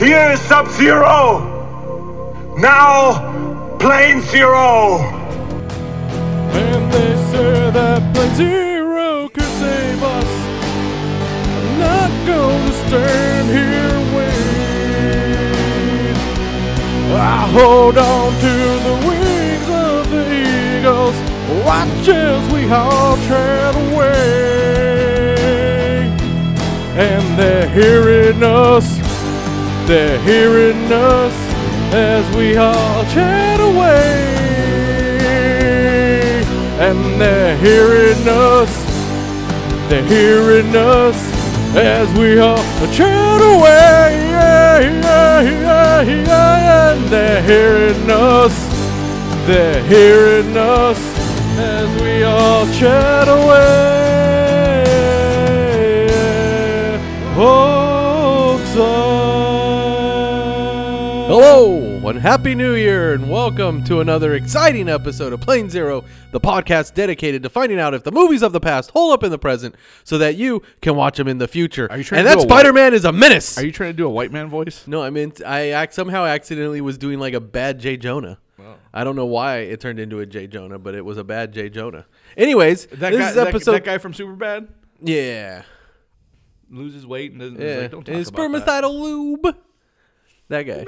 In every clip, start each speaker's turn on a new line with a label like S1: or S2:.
S1: Years Sub Zero! Now, Plane Zero!
S2: And they say that Plan Zero could save us. I'm not gonna stand here and wait. I hold on to the wings of the eagles. Watch as we all tread away. And they're hearing us. They're hearing us as we all chat away. And they're hearing us. They're hearing us as we all chat away. Yeah, yeah, yeah, yeah. And they're hearing us. They're hearing us as we all chat away. uh, Folkside. Hello, and Happy New Year, and welcome to another exciting episode of Plane Zero, the podcast dedicated to finding out if the movies of the past hold up in the present so that you can watch them in the future.
S3: Are you trying
S2: and
S3: to
S2: that
S3: do a white-
S2: Spider Man is a menace.
S3: Are you trying to do a white man voice?
S2: No, I meant I ac- somehow accidentally was doing like a bad J Jonah. I don't know why it turned into a J Jonah, but it was a bad J Jonah. Anyways,
S3: That
S2: this
S3: guy,
S2: is
S3: that-
S2: episode.
S3: that, guy from Superbad
S2: yeah,
S3: loses weight and doesn't,
S2: yeah.
S3: is like, don't talk
S2: It's
S3: about
S2: spermacidal lube. That guy.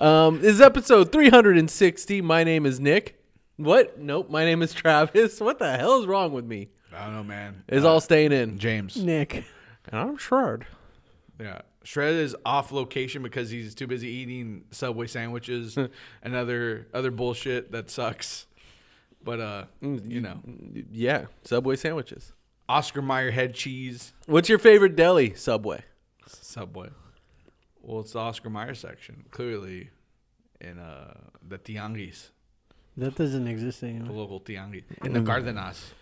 S2: Um, this is episode 360. My name is Nick. What? Nope. My name is Travis. What the hell is wrong with me?
S3: that. I don't know, man. Uh,
S2: Is all staying in.
S3: James.
S2: Nick. And I'm shred.
S3: Yeah, Shred is off location because he's too busy eating Subway sandwiches and other other bullshit that sucks. But uh,
S2: Mm.
S3: you know,
S2: Yeah. Subway sandwiches.
S3: Oscar Mayer head cheese
S2: What's your favorite deli? Subway.
S3: Subway. Well, it's the Oscar Mayer section clearly, in uh the Tianguis,
S4: That doesn't exist
S3: the
S4: anymore.
S3: local Tianguis, in the Gardenas.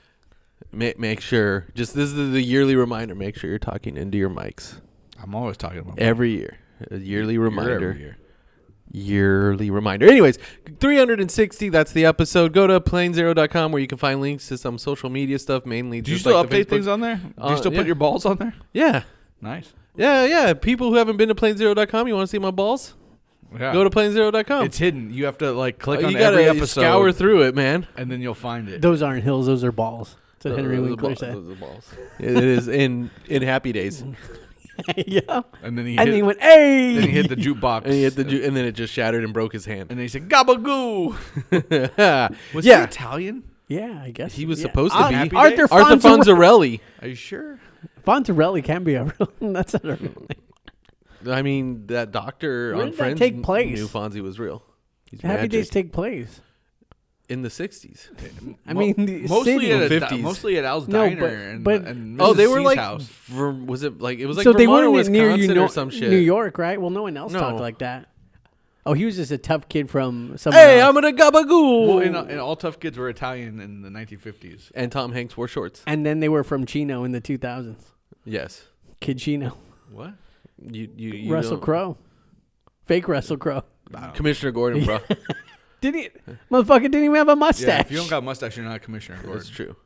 S2: Ma- make sure. Just this is the yearly reminder. Make sure you're talking into your mics
S3: I'm always talking about
S2: every year. A yearly
S3: You're
S2: reminder.
S3: every year.
S2: Yearly reminder. Anyways, 360. That's the episode. Go to planezero.com where you can find links to some social media stuff. Mainly,
S3: Do you
S2: just
S3: still
S2: like the
S3: update
S2: Facebook-
S3: things on there? Do
S2: Uh,
S3: you still
S2: yeah.
S3: put your balls on there?
S2: Yeah,
S3: Nice.
S2: yeah, yeah. People who haven't been to planezero.com, you want to see my balls?
S3: Yeah.
S2: Go to planezero.com.
S3: It's hidden. You have to like click
S2: Uh,
S3: on
S2: you gotta
S3: every episode,
S2: scour through it, man.
S3: and then you'll find it.
S4: Those aren't hills; those are balls. That's what Henry
S3: Uh,
S2: Those are
S4: Winkler
S2: balls-
S4: said.
S2: those are balls. it is in in happy days, and
S4: yeah,
S3: And then he hit,
S4: and he went, "Hey!"
S3: then he hit the jukebox,
S2: he hit the ju- and then it just shattered and broke his hand.
S3: and then he said "Gabagoo." Was he
S2: yeah,
S3: Italian?
S4: yeah, I guess
S2: He was
S4: yeah.
S2: supposed to
S4: Ar-
S2: be
S3: Ah, Happy
S4: Arthur
S3: Days?
S2: Arthur
S4: Fonzarelli.
S2: Fonzarelli.
S3: Are you sure?
S4: Fonzarelli can be a real. That's
S2: Hmm,
S4: not a real name.
S2: I mean, that doctor
S4: Where
S2: on
S4: did that
S2: Friends
S4: take
S2: kn-
S4: place?
S2: knew Fonzie was real. He's
S4: Happy
S2: magic.
S4: Days take place.
S2: in the '60s.
S4: I mean, the
S3: mostly
S4: city-
S3: at, a,
S2: 50s.
S3: mostly at Al's
S4: No,
S3: diner
S4: but-
S3: and,
S4: but-
S3: and Mrs.
S2: Oh, they were
S3: C's
S2: like,
S3: house.
S2: Ver- was it like it was like
S4: so they
S2: Vermont or
S4: weren't in
S2: Wisconsin
S4: near you know,
S2: or some shit?
S4: New York, right? Well, no one else
S2: No.
S4: talked like that. Oh, he was just a tough kid from somewhere.
S2: Hey,
S4: else.
S2: I'm gonna gabagoo.
S3: Well, and, uh, and all tough kids were Italian in the 1950s.
S2: and Tom Hanks wore shorts.
S4: and then they were from Chino in the 2000s.
S2: Yes,
S4: Kid Chino,
S3: What?
S2: you you, you
S4: Russell
S2: don't-
S4: Crowe, fake Russell Crowe.
S2: Commissioner Gordon, bro.
S4: Did he? Motherfucker didn't even have a mustache.
S3: Yeah, if you don't got mustache, you're not a commissioner. Gordon.
S2: That's true.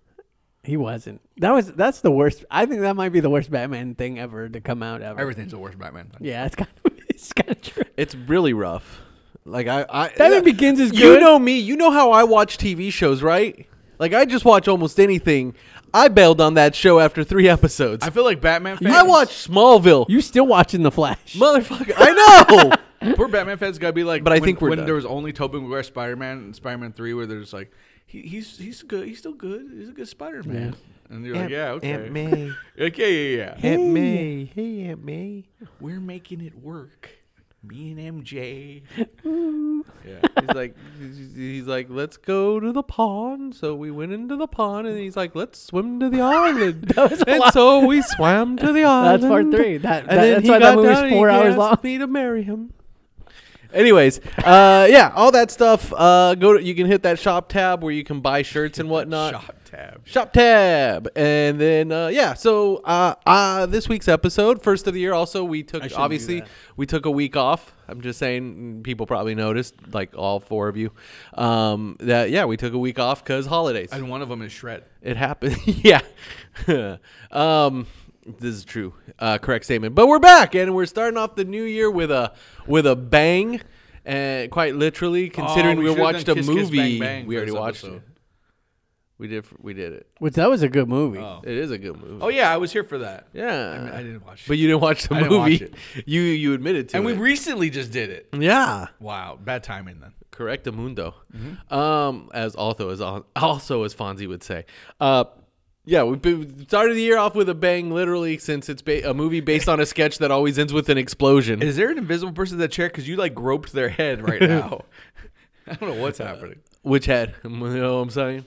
S4: He wasn't. That was that's the worst. I think that might be the worst Batman thing ever to come out ever.
S3: Everything's the worst Batman.
S4: Yeah, it's kind of it's kind of true.
S2: It's really rough. Like I, I
S4: Batman Begins is
S2: You
S4: good.
S2: know me. You know how I watch TV shows, right? Like I just watch almost anything. I bailed on that show after three episodes.
S3: I feel like Batman fans.
S2: I watched Smallville.
S4: You still watching the Flash?
S2: motherfucker. I know.
S3: Poor Batman fans gotta be like.
S2: But I
S3: when-
S2: think we're
S3: when
S2: done.
S3: there was only Tobey Maguire Spider Man and Spider Man Three, where there's like, he, he's he's good, he's still good, he's a good Spider Man. And you're like, yeah, okay,
S2: May.
S3: You're like, yeah, yeah, yeah.
S2: Aunt May. Hey, Aunt May.
S3: We're making it work. Me and MJ. Yeah.
S2: He's like, he's like, let's go to the pond. So we went into the pond, and he's like, let's swim to the island. and so we swam to the island.
S4: That's part three. That, that
S2: And then
S4: that's
S2: he
S4: why that
S2: got
S4: movie's
S2: down and
S4: four
S2: he
S4: hours
S2: asked
S4: long.
S2: Me to marry him. Anyways, uh, yeah, all that stuff. Uh, go. To, you can hit that shop tab where you can buy shirts and whatnot.
S3: Shot tab.
S2: Shop tab, and then uh, yeah. So uh, uh, this week's episode, first of the year. Also, we took
S3: shouldn't do
S2: obviously
S3: that.
S2: we took a week off. I'm just saying, people probably noticed, like all four of you, um, that yeah, we took a week off because holidays.
S3: And one of them is Shred.
S2: It happened. yeah. um, This is true. Uh, correct statement. But we're back and we're starting off the new year with a with a bang. And quite literally, considering
S3: Oh, we
S2: we,
S3: should've
S2: watched
S3: done
S2: a
S3: Kiss Kiss
S2: movie,
S3: Bang Bang
S2: we
S3: for
S2: already
S3: this
S2: watched
S3: episode.
S2: it. We did. We did it.
S4: Which that was a good movie.
S3: Oh.
S2: It is a good movie.
S3: Oh yeah, I was here for that.
S2: yeah.
S3: I didn't watch
S2: But you didn't watch the
S3: I didn't watch
S2: movie.
S3: it.
S2: You you admitted to
S3: and we
S2: it.
S3: recently just did it.
S2: yeah.
S3: Wow, bad timing then.
S2: Correct mundo. Um, as also as also as Fonzie would say. Uh yeah, we have started the year off with a bang, literally, since it's ba- a movie based on a sketch that always ends with an explosion.
S3: Is there an invisible person in that chair? Because you like groped their head right now. I don't know what's happening.
S2: Which head? You know what I'm saying?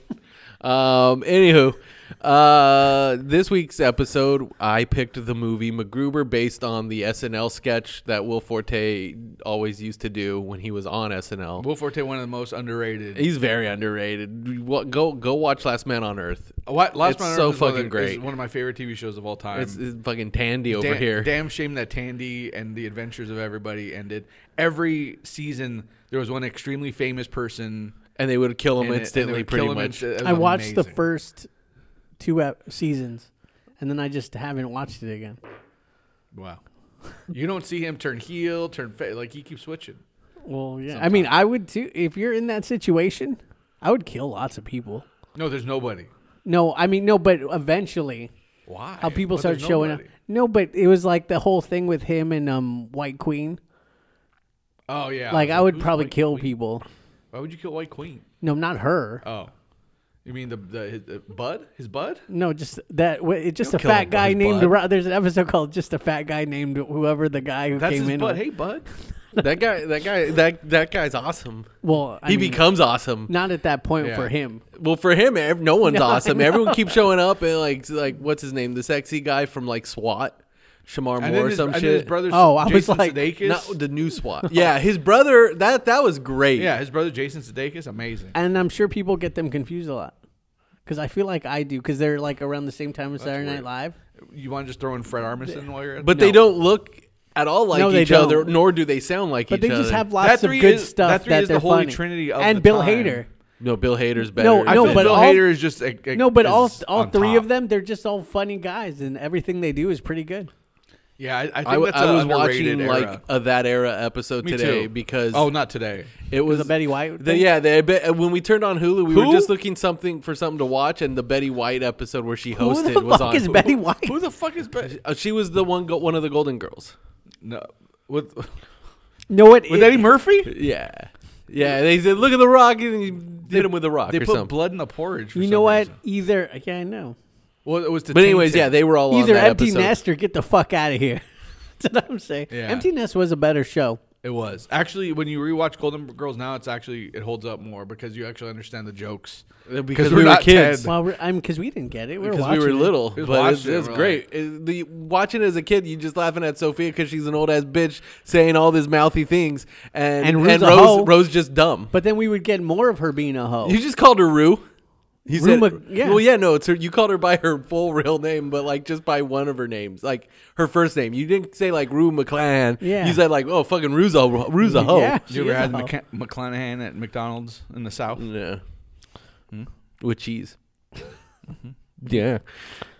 S2: um, anywho, uh, this week's episode, I picked the movie MacGruber based on the SNL sketch that Will Forte always used to do when he was on SNL.
S3: Will Forte, one of the most underrated.
S2: He's very underrated. Wa- Go go watch Last Man on Earth.
S3: What, Last
S2: It's
S3: Man on
S2: so
S3: Earth is one of
S2: fucking
S3: the- is
S2: great.
S3: One of my favorite TV shows of all time.
S2: It's, it's fucking Tandy over
S3: Damn-
S2: here.
S3: Damn shame that Tandy and the Adventures of Everybody ended. Every season, there was one extremely famous person.
S2: And they would kill him
S3: in it, and they
S2: instantly,
S3: would
S2: pretty
S3: kill him
S2: much.
S3: insta- it was
S4: I watched the
S3: amazing.
S4: first two ep- seasons, and then I just haven't watched it again.
S3: Wow. You don't see him turn heel, turn fa- like he keeps switching.
S4: Well, yeah. I mean, I would too. If you're in that situation, I would kill lots of people.
S3: No, there's nobody.
S4: No, I mean no, but eventually,
S3: Why?
S4: how people
S3: But
S4: start
S3: there's
S4: showing up.
S3: nobody.
S4: No, but it was like the whole thing with him and um White Queen.
S3: Oh yeah.
S4: Like I would
S3: who's
S4: probably
S3: White
S4: kill
S3: Queen?
S4: people.
S3: Why would you kill White Queen?
S4: No, not her.
S3: Oh, you mean the the, his, the bud? His bud?
S4: No, just that. wh- It's just a
S2: don't kill
S4: fat
S2: him by
S4: guy
S2: his
S4: named.
S2: butt.
S4: Ra- There's an episode called "Just a Fat Guy Named Whoever the Guy Who
S3: That's
S4: Came
S3: his
S4: In."
S3: bud.
S4: with-
S3: Hey, bud.
S2: that guy, that guy, that that guy's awesome.
S4: Well, I
S2: he
S4: mean,
S2: becomes awesome.
S4: not at that point
S3: Yeah.
S4: for him.
S2: Well, for him, ev- no one's
S4: No, I
S2: awesome.
S4: know.
S2: Everyone keeps showing up and like, like what's his name? The sexy guy from like SWAT, Shamar
S3: And
S2: Moore
S3: then
S2: or
S3: his,
S2: some
S3: and then his
S2: shit.
S3: brother.
S4: Oh, I was
S3: Jason
S4: like,
S3: Sudeikis.
S2: No, the new SWAT. yeah, his brother. That that was great.
S3: yeah, his brother Jason Sudeikis. Amazing.
S4: And I'm sure people get them confused a lot. Because I feel like I do, because they're like around the same time as Saturday Night
S3: weird.
S4: Live.
S3: You want to just throw in Fred Armisen while you're at
S2: but
S3: it?
S2: they don't look at all like
S4: No, they
S2: each other,
S4: don't.
S2: nor do they sound like
S4: But
S2: each
S4: they just
S2: other.
S4: have lots of
S3: three
S4: good
S3: is-
S4: stuff
S3: that three
S4: that
S3: is the
S4: they're
S3: holy
S4: funny.
S3: trinity of
S4: and
S3: the
S4: Bill
S3: time.
S4: Hader.
S2: no. Bill Hader's better.
S4: No,
S3: I
S4: no,
S3: feel
S4: but
S3: Bill
S4: all-
S3: Hader is just a, a-
S4: No, but all
S3: is
S4: all
S3: on
S4: three
S3: top.
S4: of them, they're just all funny guys, and everything they do is pretty good.
S3: Yeah, I, I think
S2: I, w-
S3: that's
S2: I
S3: a
S2: was
S3: underrated
S2: watching
S3: era.
S2: like a that era episode
S3: Me
S2: today
S3: too.
S2: because
S3: oh, not today.
S2: it was
S4: The Betty White.
S2: The,
S4: thing?
S2: yeah, they, be- when we turned on Hulu, we were
S3: Who?
S2: just looking something for something to watch, and the Betty White episode where she
S4: Who
S2: hosted
S4: the
S2: was
S4: fuck
S2: on.
S4: is Betty White?
S3: Who the fuck is Betty?
S2: Uh, she was the one, go- one of the Golden Girls.
S3: No, with
S4: No, it
S3: with
S4: it-
S3: Eddie Murphy.
S2: Yeah, yeah. They said, "Look at the rock," and he hit him with a rock
S3: They
S2: or
S3: put
S2: something.
S3: blood in the porridge. For
S4: You
S3: some
S4: know what?
S3: reason.
S4: Either yeah, I know.
S3: Well, it was to
S2: but anyways,
S3: taint it.
S2: yeah, they were all on
S4: Either
S2: that
S4: Empty
S2: episode.
S4: Nest or get the fuck out of here. That's what I'm saying.
S3: Yeah.
S4: Empty Nest was a better show.
S3: It was actually when you rewatch Golden Girls now, it's actually it holds up more because you actually understand the jokes.
S2: because
S3: we're
S2: we were
S3: not
S2: kids.
S3: Ted.
S4: Well, we're, I'm because we didn't get it. We were
S2: Because we were
S4: watching it.
S2: little,
S3: We
S2: but it's,
S3: watched it,
S2: it's
S3: we're
S2: great. It- the watching it as a kid, you just laughing at Sophia because she's an old ass bitch saying all these mouthy things, and
S4: And
S2: and,
S4: Rue's a hoe.
S2: Rose Rose just dumb.
S4: But then we would get more of her being a hoe.
S2: You just called her Rue. He said,
S4: Rue Mc- yeah.
S2: "Well, yeah, no, it's her. You called her by her full real name, but like just by one of her names, like her first name. You didn't say like Rue McClan.
S4: Yeah.
S2: you said like, oh, fucking Rue's a Rue's a hoe.
S4: Yeah.
S3: You
S4: She
S3: ever
S4: is
S3: had
S4: a hoe.
S3: McCa- McClanahan at McDonald's in the South?
S2: Yeah. Hmm? With cheese. yeah.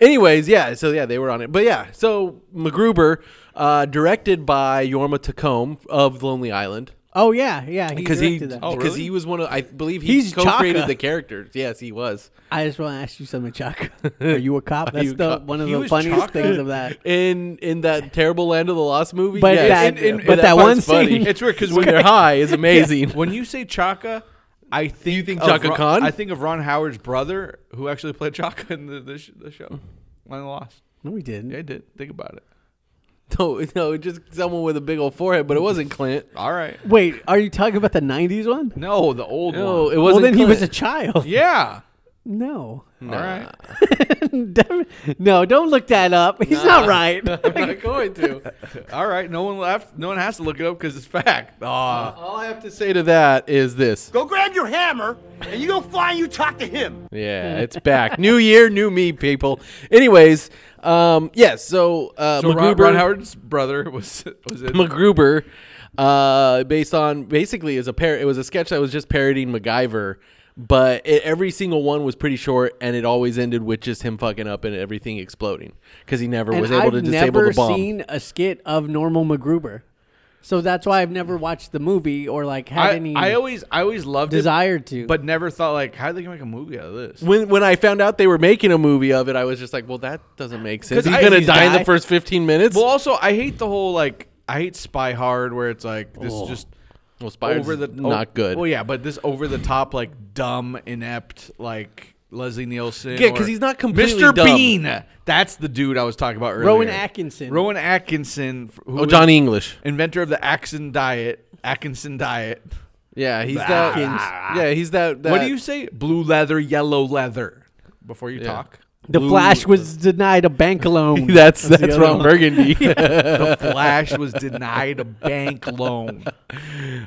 S2: Anyways, yeah. So yeah, they were on it, but yeah. So MacGruber, uh, directed by Yorma Tacombe of Lonely Island,
S4: oh yeah, yeah.
S2: because he
S4: directed that.
S3: Oh,
S2: because
S3: really?
S2: he was one of I believe he
S4: He's
S2: co-created
S4: Chaka.
S2: the characters. Yes, he was.
S4: I just want to ask you something, Chuck. Are you a cop? That's
S2: you a
S4: the
S2: cop?
S4: one of
S3: He
S4: the
S3: was
S4: funniest
S3: Chaka?
S4: things of that.
S2: in in that terrible Land of the Lost movie.
S4: But
S2: yes.
S4: that-
S2: In- in-
S4: but that
S2: part's
S4: one scene-
S3: It's weird because
S2: when they're high is amazing.
S3: when you say Chaka, I think you think
S2: Chaka
S3: Ron,
S2: Khan?
S3: I think of Ron Howard's brother who actually played Chaka in the the, sh- the show. When I lost,
S4: No, we didn't.
S3: yeah, I did. Think about it.
S2: No, no, just someone with a big old forehead, but it wasn't Clint.
S3: All right.
S4: Wait, are you talking about the '90s one?
S3: No, the old
S2: No,
S3: one.
S2: it wasn't.
S4: Well, then he was a
S2: Clint.
S4: child.
S3: yeah.
S4: No,
S3: All right.
S4: Damn- no, don't look that up. He's not right.
S2: I'm not going to.
S3: All right. No one left. No one has to look it up because it's fact. Aw.
S2: All I have to say to that is this.
S5: Go grab your hammer, and you go fly and you talk to him.
S2: Yeah, it's back. new year, new me, people. Anyways, um, yes. so, uh,
S3: So Ron,
S2: MacGruber-
S3: Ron Howard's brother was was it?
S2: MacGruber, uh, based on basically is a par- It was a sketch that was just parodying MacGyver, But it, every single one was pretty short, and it always ended with just him fucking up and everything exploding because he never
S4: And
S2: was able
S4: I've
S2: to disable
S4: never
S2: the bomb.
S4: seen a skit of normal MacGruber, so that's why I've never watched the movie or like had
S3: I,
S4: any
S3: I always I always loved
S4: desire
S3: it,
S4: to.
S3: but never thought like how would they make a movie out of this?
S2: when when I found out they were making a movie of it, I was just like, well, that doesn't make sense.
S3: 'Cause
S2: He's
S3: I-
S2: gonna
S3: he's
S2: die in
S4: die.
S2: the first fifteen minutes.
S3: Well, also I hate the whole like I hate Spy Hard where it's like this
S2: Oh.
S3: just
S2: Well, Spires
S3: over the
S2: not
S3: oh,
S2: good.
S3: Well, yeah, but this over the top like dumb inept like Leslie Nielsen.
S2: Yeah, 'cause
S3: or-
S2: he's not completely
S3: Mr.
S2: dumb.
S3: Bean. That's the dude I was talking about earlier.
S4: Rowan Atkinson.
S3: Rowan Atkinson. f- Who
S2: oh,
S3: is
S2: Johnny English.
S3: inventor of the Atkinson diet. Atkinson diet.
S2: Yeah, he's that. Yeah, he's that. that
S3: What do you say? Blue leather, yellow leather. Before you talk,
S4: the
S2: Blue-
S4: Flash was denied a bank loan.
S2: That's
S4: the
S2: that's,
S4: other
S2: Ron
S4: one.
S2: Burgundy.
S3: the Flash was denied a bank loan.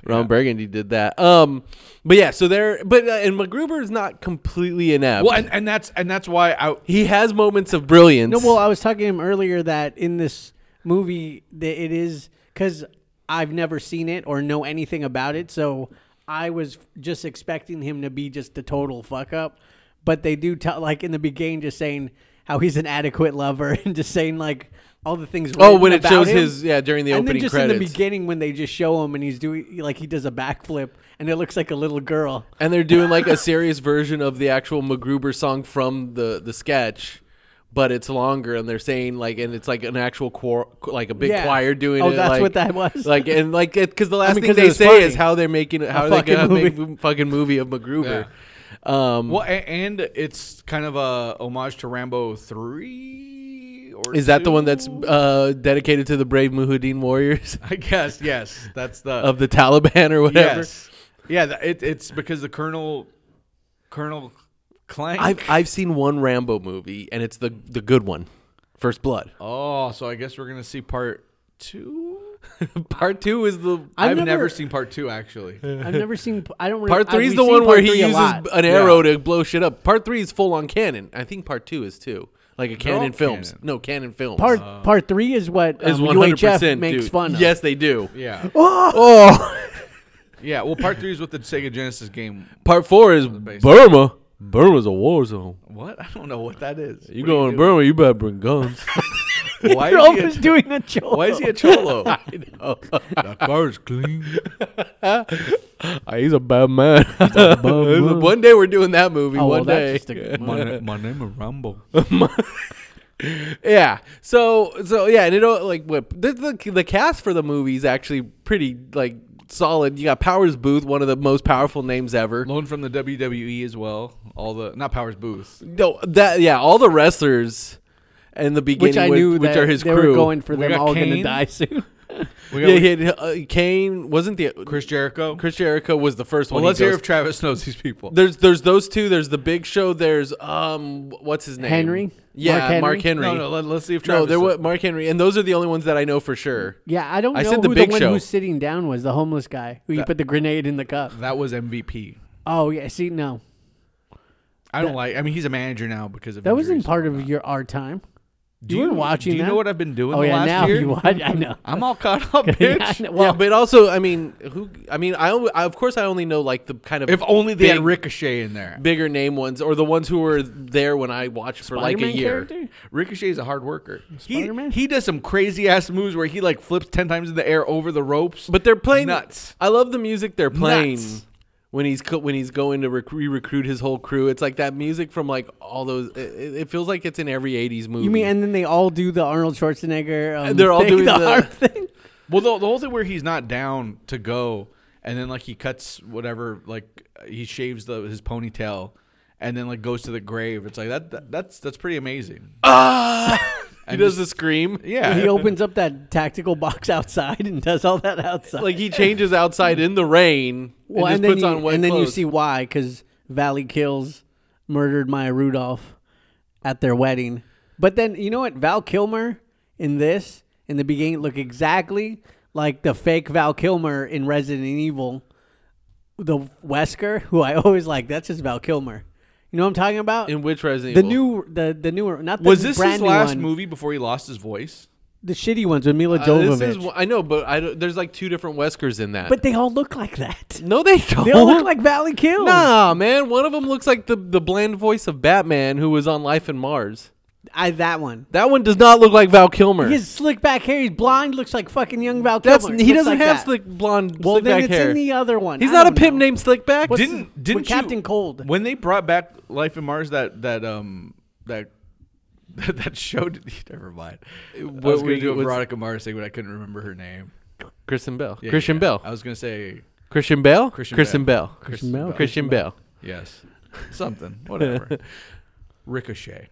S2: Ron Burgundy did that. Um, but yeah, so there. But uh, and MacGruber is not completely inept.
S3: Well, and, and that's and that's why I
S2: He has moments of brilliance.
S4: No, well, I was talking to him earlier that in this movie that it is because I've never seen it or know anything about it, so I was just expecting him to be just a total fuck up. But they do tell, like in the beginning, just saying how he's an adequate lover and just saying like all the things.
S2: Oh,
S4: written
S2: when it
S4: about
S2: shows
S4: him.
S2: his- yeah, during the
S4: and
S2: opening
S4: then just in the
S2: credits.
S4: beginning when they just show him and he's doing like he does a backflip and it looks like a little girl.
S2: and they're doing like a serious version of the actual MacGruber song from the the sketch, but it's longer, and they're saying like, and it's like an actual choir, like a big
S4: Yeah.
S2: choir doing
S4: Oh,
S2: it.
S4: that's
S2: like-
S4: what that was.
S2: Like and like because the last
S4: mean,
S2: thing
S4: 'cause it
S2: they
S4: was
S2: say
S4: funny.
S2: is how they're making how are they
S4: fucking
S2: gonna
S4: movie.
S2: make a fucking movie of MacGruber. Um,
S3: Well, a- and it's kind of a homage to Rambo three. Or
S2: is that the one that's
S3: two?
S2: uh, dedicated to the brave Mujahideen warriors
S3: I guess yes. That's the
S2: of the Taliban or whatever?
S3: yes. Yeah, th- it, it's because the Colonel Colonel Clank.
S2: I've I've seen one Rambo movie, and it's the the good one, First Blood.
S3: oh, so I guess we're gonna see part two.
S2: Part two is the
S3: I've,
S4: I've
S3: never,
S4: never-
S3: seen part two actually.
S4: I've never seen. I don't.
S2: Part
S4: remember-
S2: three
S4: I-
S2: is
S4: we've
S2: the
S4: seen
S2: one
S4: part
S2: where
S4: three
S2: he
S4: a
S2: uses
S4: lot.
S2: b- an arrow to blow shit up. Part three is full on cannon. I think part two is too, like a cannon
S3: all
S2: films.
S3: canon.
S2: No cannon films.
S4: Part part three is what um,
S2: Uh, is one hundred
S4: UHF
S2: percent
S4: makes fun of.
S2: Yes, they do.
S3: Yeah,
S2: Oh,
S3: yeah. Well, part three is with the Sega Genesis game.
S2: part four is Burma. Burma's a war zone.
S3: What? I don't know what that is.
S2: You
S3: What
S2: go
S3: are
S2: in Burma, you better bring guns.
S3: doing? Why
S4: You're
S3: is
S4: always
S3: he a,
S4: doing a cholo.
S3: why is he a cholo?
S2: that car's clean. he's a bad man. one day we're doing that movie.
S4: Oh,
S2: One
S4: well, that's
S2: day.
S4: just a good one.
S3: my, my name is Rambo.
S2: Yeah. So so yeah, and it all like what the, the the cast for the movie is actually pretty like solid. You got Powers Booth, one of the most powerful names ever.
S3: Loan from the WWE as well. All the not Powers Booth.
S2: No, that yeah, all the wrestlers in the beginning,
S4: which I knew
S2: which
S4: that
S2: are his
S4: they
S2: crew.
S4: were going for
S3: We
S4: them
S3: got
S4: all going
S3: Kane.
S4: to die soon.
S3: We
S2: yeah, he had, uh, Kane wasn't the
S3: Chris Jericho.
S2: Chris Jericho was the first
S3: well,
S2: one. he
S3: let's hear
S2: goes-
S3: if Travis knows these people.
S2: there's there's those two. There's the Big Show. There's um what's his name?
S4: Henry?
S2: Yeah,
S4: Mark Henry?
S2: Mark Henry.
S3: No, no. Let, us see if
S2: No,
S3: Travis.
S2: there
S3: knows.
S2: was Mark Henry, and those are the only ones that I know for sure.
S4: Yeah, I don't
S2: I
S4: know
S2: said the
S4: who
S2: Big
S4: the one
S2: Show.
S4: who's sitting down was. The homeless guy who you put the grenade in the cup.
S3: that was MVP.
S4: Oh yeah, see, no,
S3: I don't like. I mean, he's a manager now because of
S4: that wasn't
S3: injuries.
S4: part of your our time.
S3: Do
S4: you were watching
S3: Do you
S4: that?
S3: know what I've been doing?
S4: Oh
S3: the
S4: yeah,
S3: last
S4: now
S3: year?
S4: you watch. I know.
S3: I'm all caught up,
S4: Yeah, I
S3: bitch.
S4: know. Well,
S2: yeah, but also, I mean, who? I mean, I, only- I of course I only know like the kind of
S3: If only they had
S2: big-
S3: Ricochet in there.
S2: bigger name ones or the ones who were there when I watched for like a
S4: Spider-Man
S2: year.
S4: character?
S3: Ricochet is a hard worker. He,
S4: Spider-Man?
S3: he does some crazy ass moves where he like flips ten times in the air over the ropes.
S2: But they're playing
S3: Nuts.
S2: I love the music they're playing.
S3: Nuts.
S2: When he's co- when he's going to rec- re-recruit his whole crew, it's like that music from like all those. It, it it feels like it's in every '80s movie.
S4: You mean and then they all do the Arnold Schwarzenegger? Um,
S2: They're all
S4: thing,
S2: doing
S4: the,
S2: the-
S4: harp thing.
S3: Well, the, the whole thing where he's not down to go, and then like he cuts whatever, like he shaves the, his ponytail, and then like goes to the grave. It's like that, that that's that's pretty amazing.
S2: he does the scream?
S3: yeah,
S4: He opens up that tactical box outside and does all that outside.
S2: Like he changes outside in the rain.
S4: well,
S2: and, just
S4: and, then
S2: puts
S4: you,
S2: on wet
S4: and then you
S2: clothes.
S4: see why because Valley Kills murdered Maya Rudolph at their wedding. But then you know what? Val Kilmer in this in the beginning look exactly like the fake Val Kilmer in Resident Evil, the Wesker, who I always like. That's just Val Kilmer. You know what I'm talking about?
S2: in which Resident
S4: the
S2: Evil?
S4: new the the newer not the
S3: was this
S4: brand
S3: his
S4: new
S3: last
S4: one.
S3: movie before he lost his voice?
S4: the shitty ones with Mila
S2: Uh, this
S4: Jovovich.
S2: is one- I know, but I don't- there's like two different Weskers in that.
S4: but they all look like that.
S2: no, they don't.
S4: They all look like Valley Kills.
S2: Nah, man. One of them looks like the the bland voice of Batman, who was on Life in Mars.
S4: I that one.
S2: That one does not look like Val Kilmer.
S4: He has slick back hair. He's blind. Looks like fucking young Val
S2: That's
S4: Kilmer.
S2: he
S4: Looks
S2: doesn't
S4: like
S2: have
S4: that.
S2: slick blonde
S4: Well,
S2: slick
S4: then
S2: back
S4: it's
S2: hair.
S4: in the other one.
S2: He's
S4: I
S2: not a
S4: don't
S2: pimp
S4: know.
S2: named Slickback.
S4: What's-
S3: Didn't-
S4: with
S3: didn't you-
S4: Captain Cold?
S3: when they brought back Life in Mars, that that um that that, that show. Did, never mind. I
S2: What
S3: was
S2: were
S3: going to
S2: you-
S3: do a
S2: what's-
S3: Veronica Mars thing, but I couldn't remember her name.
S2: Christian Bell.
S3: Yeah,
S2: Christian
S3: yeah.
S2: Bell.
S3: I was going to say
S2: Christian Bell.
S3: Christian
S2: Christian
S3: Bell.
S2: Bell.
S3: Christian
S4: Bell.
S2: Christian Bell.
S3: yes, something, whatever. Ricochet.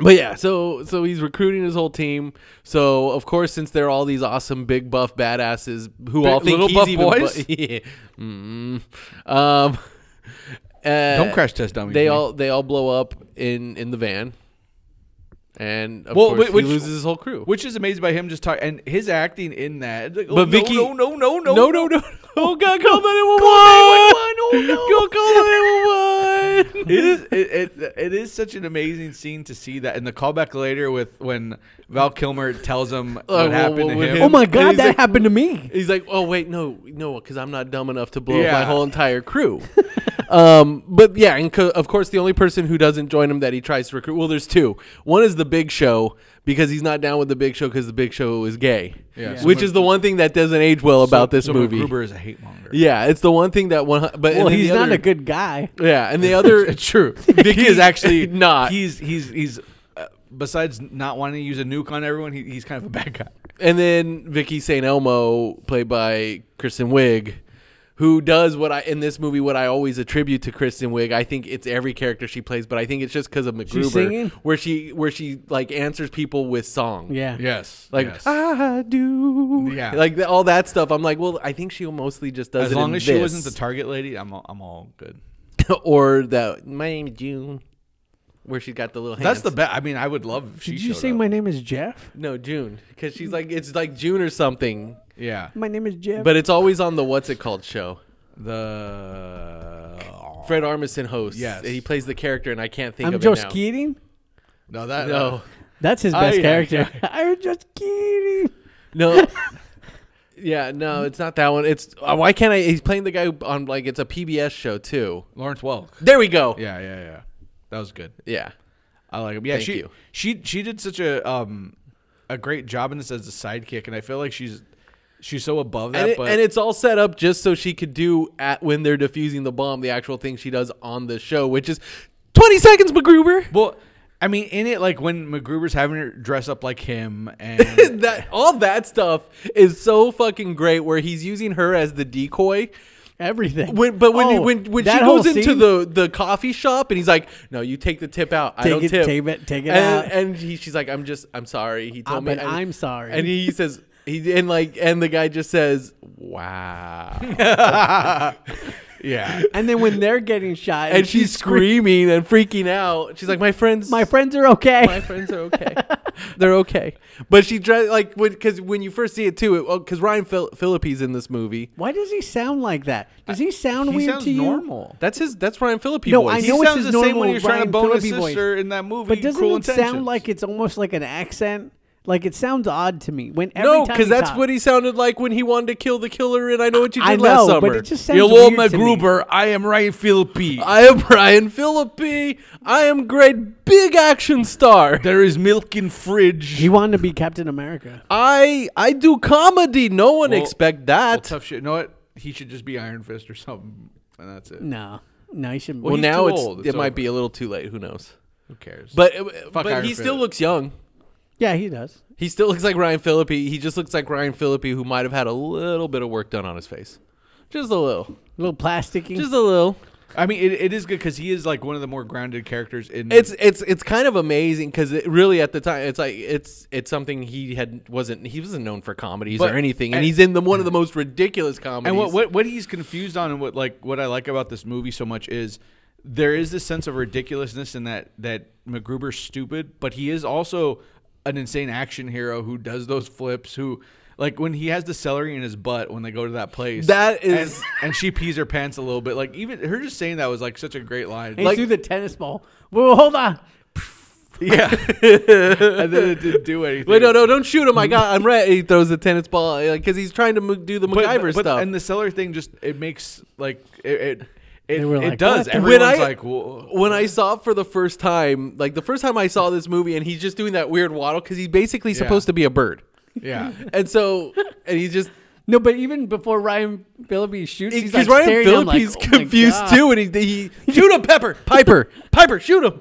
S2: But yeah, so so he's recruiting his whole team. So of course, since they're all these awesome big buff badasses who all think
S3: little
S2: he's
S3: buff
S2: even
S3: boys?
S2: bu- yeah. Mm. Um, uh,
S3: Don't crash test dummy.
S2: They
S3: me.
S2: all they all blow up in in the van, and of
S3: Well,
S2: course
S3: whi- which-
S2: he loses his whole crew.
S3: which is amazed by him just talking and his acting in that. It's like, oh,
S2: But
S3: no,
S2: Vicky-
S3: no, no, no, no,
S2: no, no, no. Oh God! Call nine one one. Go
S3: Oh,
S2: call nine one one.
S3: It is it, it it is such an amazing scene to see that, and the callback later with when Val Kilmer tells him what
S2: well,
S3: happened
S2: well,
S3: to
S2: with
S3: him.
S2: him-
S4: Oh my
S2: And
S4: god,
S2: he's
S4: that
S2: like-
S4: happened to me.
S2: He's like, oh wait, no, no, because I'm not dumb enough to blow up my
S3: Yeah.
S2: whole entire crew. um, but yeah, and co- of course, the only person who doesn't join him that he tries to recruit. Well, there's two. One is the Big Show because he's not down with the Big Show because the Big Show is gay,
S3: Yeah, Yeah.
S2: which
S3: so-
S2: is the one thing that doesn't age well about this
S3: so
S2: movie.
S3: Gruber is a hate monger.
S2: Yeah, it's the one thing that one. hu- But and
S4: Well,
S2: then
S4: he's
S2: the
S4: not
S2: other-
S4: a good guy.
S2: Yeah, and the other
S3: True. Vicky is actually
S2: not.
S3: He's he's he's uh, besides not wanting to use a nuke on everyone, he, he's kind of a bad guy.
S2: And then Vicky St. Elmo, played by Kristen Wiig, who does what I in this movie what I always attribute to Kristen Wiig. I think it's every character she plays, but I think it's just because of MacGruber,
S4: singing?
S2: where she where she like answers people with song.
S4: Yeah.
S3: Yes.
S2: Like
S3: yes.
S4: Ah,
S2: I do,
S3: Yeah.
S2: Like th- all that stuff. I'm like, well, I think she mostly just does
S3: as
S2: it
S3: long
S2: in
S3: as she
S2: this.
S3: wasn't the target lady, I'm all, I'm all good.
S2: or that my name is June, where she got the little.
S3: That's
S2: hands.
S3: the best. I mean, I would love. If she
S4: Did you
S3: showed
S4: say
S3: up.
S4: my name is Jeff?
S2: no June because she's like it's like June or something,
S3: Yeah.
S4: My name is Jeff.
S2: but it's always on the what's it called show.
S3: The
S2: Fred Armisen hosts.
S3: Yes.
S2: and he plays the character, and I can't think
S4: I'm
S2: of
S4: just
S2: it now.
S4: kidding.
S3: no that uh,
S2: No,
S4: That's his
S3: Aye,
S4: best
S3: aye,
S4: character. I'm just kidding.
S2: no. yeah, no, it's not that one. It's uh, why can't I? He's playing the guy who, on like it's a PBS show too.
S3: Lawrence Welk.
S2: There we go. Yeah,
S3: Yeah, yeah, yeah. That was good.
S2: yeah.
S3: I like him. Yeah,
S2: Thank
S3: she
S2: you.
S3: she she did such a um a great job in this as a sidekick, and I feel like she's she's so above that.
S2: And, it-
S3: but
S2: and it's all set up just so she could do at when they're defusing the bomb the actual thing she does on the show, which is twenty seconds, MacGruber.
S3: well, I mean, in it like when MacGruber's having her dress up like him, and
S2: that all that stuff is so fucking great. Where he's using her as the decoy.
S4: Everything.
S2: When, but when
S4: Oh,
S2: when when she
S4: that whole
S2: goes into
S4: scene?
S2: the, the coffee shop and he's like, "No, you take the tip out. I
S4: Take
S2: don't
S4: it-
S2: tip.
S4: tape it- take it
S2: and,
S4: out.
S2: And he, she's like, "I'm just, I'm sorry." He told
S4: Ah,
S2: me,
S4: but
S2: and-
S4: I'm sorry.
S2: And he says, he and like, and the guy just says, "Wow!"
S3: yeah,
S4: and then when they're getting shot,
S2: and she's screaming and freaking out. She's like, "My friends,
S4: my friends are okay.
S2: my friends are okay. They're okay." But she dressed like when because when you first see it too, because Ryan Phil- Phillippe's in this movie.
S4: Why does he sound like that? Does he sound
S3: he
S4: weird
S3: sounds
S4: to you?
S3: normal.
S2: That's his. That's Ryan Philippe.
S4: No,
S2: voice.
S4: I
S3: He
S4: know it's
S3: sounds
S4: his
S3: the same
S4: normal
S3: when you're trying
S4: Ryan
S3: to bone his
S4: Phillippe voice.
S3: sister in that movie.
S4: But doesn't
S3: Cruel
S4: it sound
S3: Intentions.
S4: like it's almost like an accent? Like it sounds odd to me. When every
S2: No,
S4: time
S2: because
S4: he
S2: that's
S4: talks-
S2: what he sounded like when he wanted to kill the killer in I Know What You Did
S4: I
S2: Last
S4: know,
S2: Summer.
S4: but it just sounds
S3: Yo, Lord
S4: weird to me.
S3: MacGruber, I am Ryan Phillippe.
S2: I am Brian Philippi. I am great big action star.
S3: there is milk in fridge.
S4: He wanted to be Captain America.
S2: I I do comedy. No one
S3: Well-
S2: expect
S3: Well,
S2: that. Well,
S3: tough shit. You know what? He should just be Iron Fist or something, and that's it.
S4: No, no, he shouldn't.
S3: Well, he's
S2: now
S3: too
S2: it's,
S3: old.
S2: it
S3: It's
S2: might
S3: over.
S2: be a little too late. Who knows?
S3: Who cares?
S2: But uh,
S3: Fuck
S2: but
S3: Iron
S2: he still
S3: Fist.
S2: looks young.
S4: yeah, he does.
S2: He still looks like Ryan Phillippe. He just looks like Ryan Phillippe, who might have had a little bit of work done on his face, just a little,
S4: A little plasticky.
S2: just a little.
S3: I mean, it, it is good because he is like one of the more grounded characters in.
S2: it's it's it's kind of amazing because it really at the time it's like it's it's something he had wasn't he wasn't known for comedies
S3: But-
S2: or anything and,
S3: and-
S2: he's in the one of the most ridiculous comedies
S3: and what, what what he's confused on and what like what I like about this movie so much is there is this sense of ridiculousness in that that MacGruber's stupid, but he is also an insane action hero who does those flips who. Like when he has the celery in his butt when they go to that place.
S2: That
S3: and-
S2: is-
S3: and, she pees her pants a little bit. Like even her just saying that was like such a great line.
S4: he
S3: Like
S4: threw the tennis ball. Well, hold on.
S3: Yeah, and then it didn't do anything.
S2: Wait, no, no, don't shoot him! I got, I'm ready. He throws the tennis ball because he's trying to m- do the
S3: but,
S2: MacGyver
S3: but-
S2: stuff.
S3: And the seller thing just it makes like it it it,
S4: They were
S3: it
S4: like, what
S3: does.
S4: the-
S3: Everyone's
S2: when I
S3: like, "Whoa."
S2: when I saw it for the first time, like the first time I saw this movie, and he's just doing that weird waddle because he's basically supposed to be a bird,
S3: yeah,
S2: and so and he's just
S4: No, but even before Ryan Phillippe shoots, he's
S2: because Ryan
S4: like staring at him like,
S2: Phillippe's
S4: "Oh my
S2: confused
S4: God."
S2: too, and he, he shoot him, Pepper, Piper, Piper, shoot him,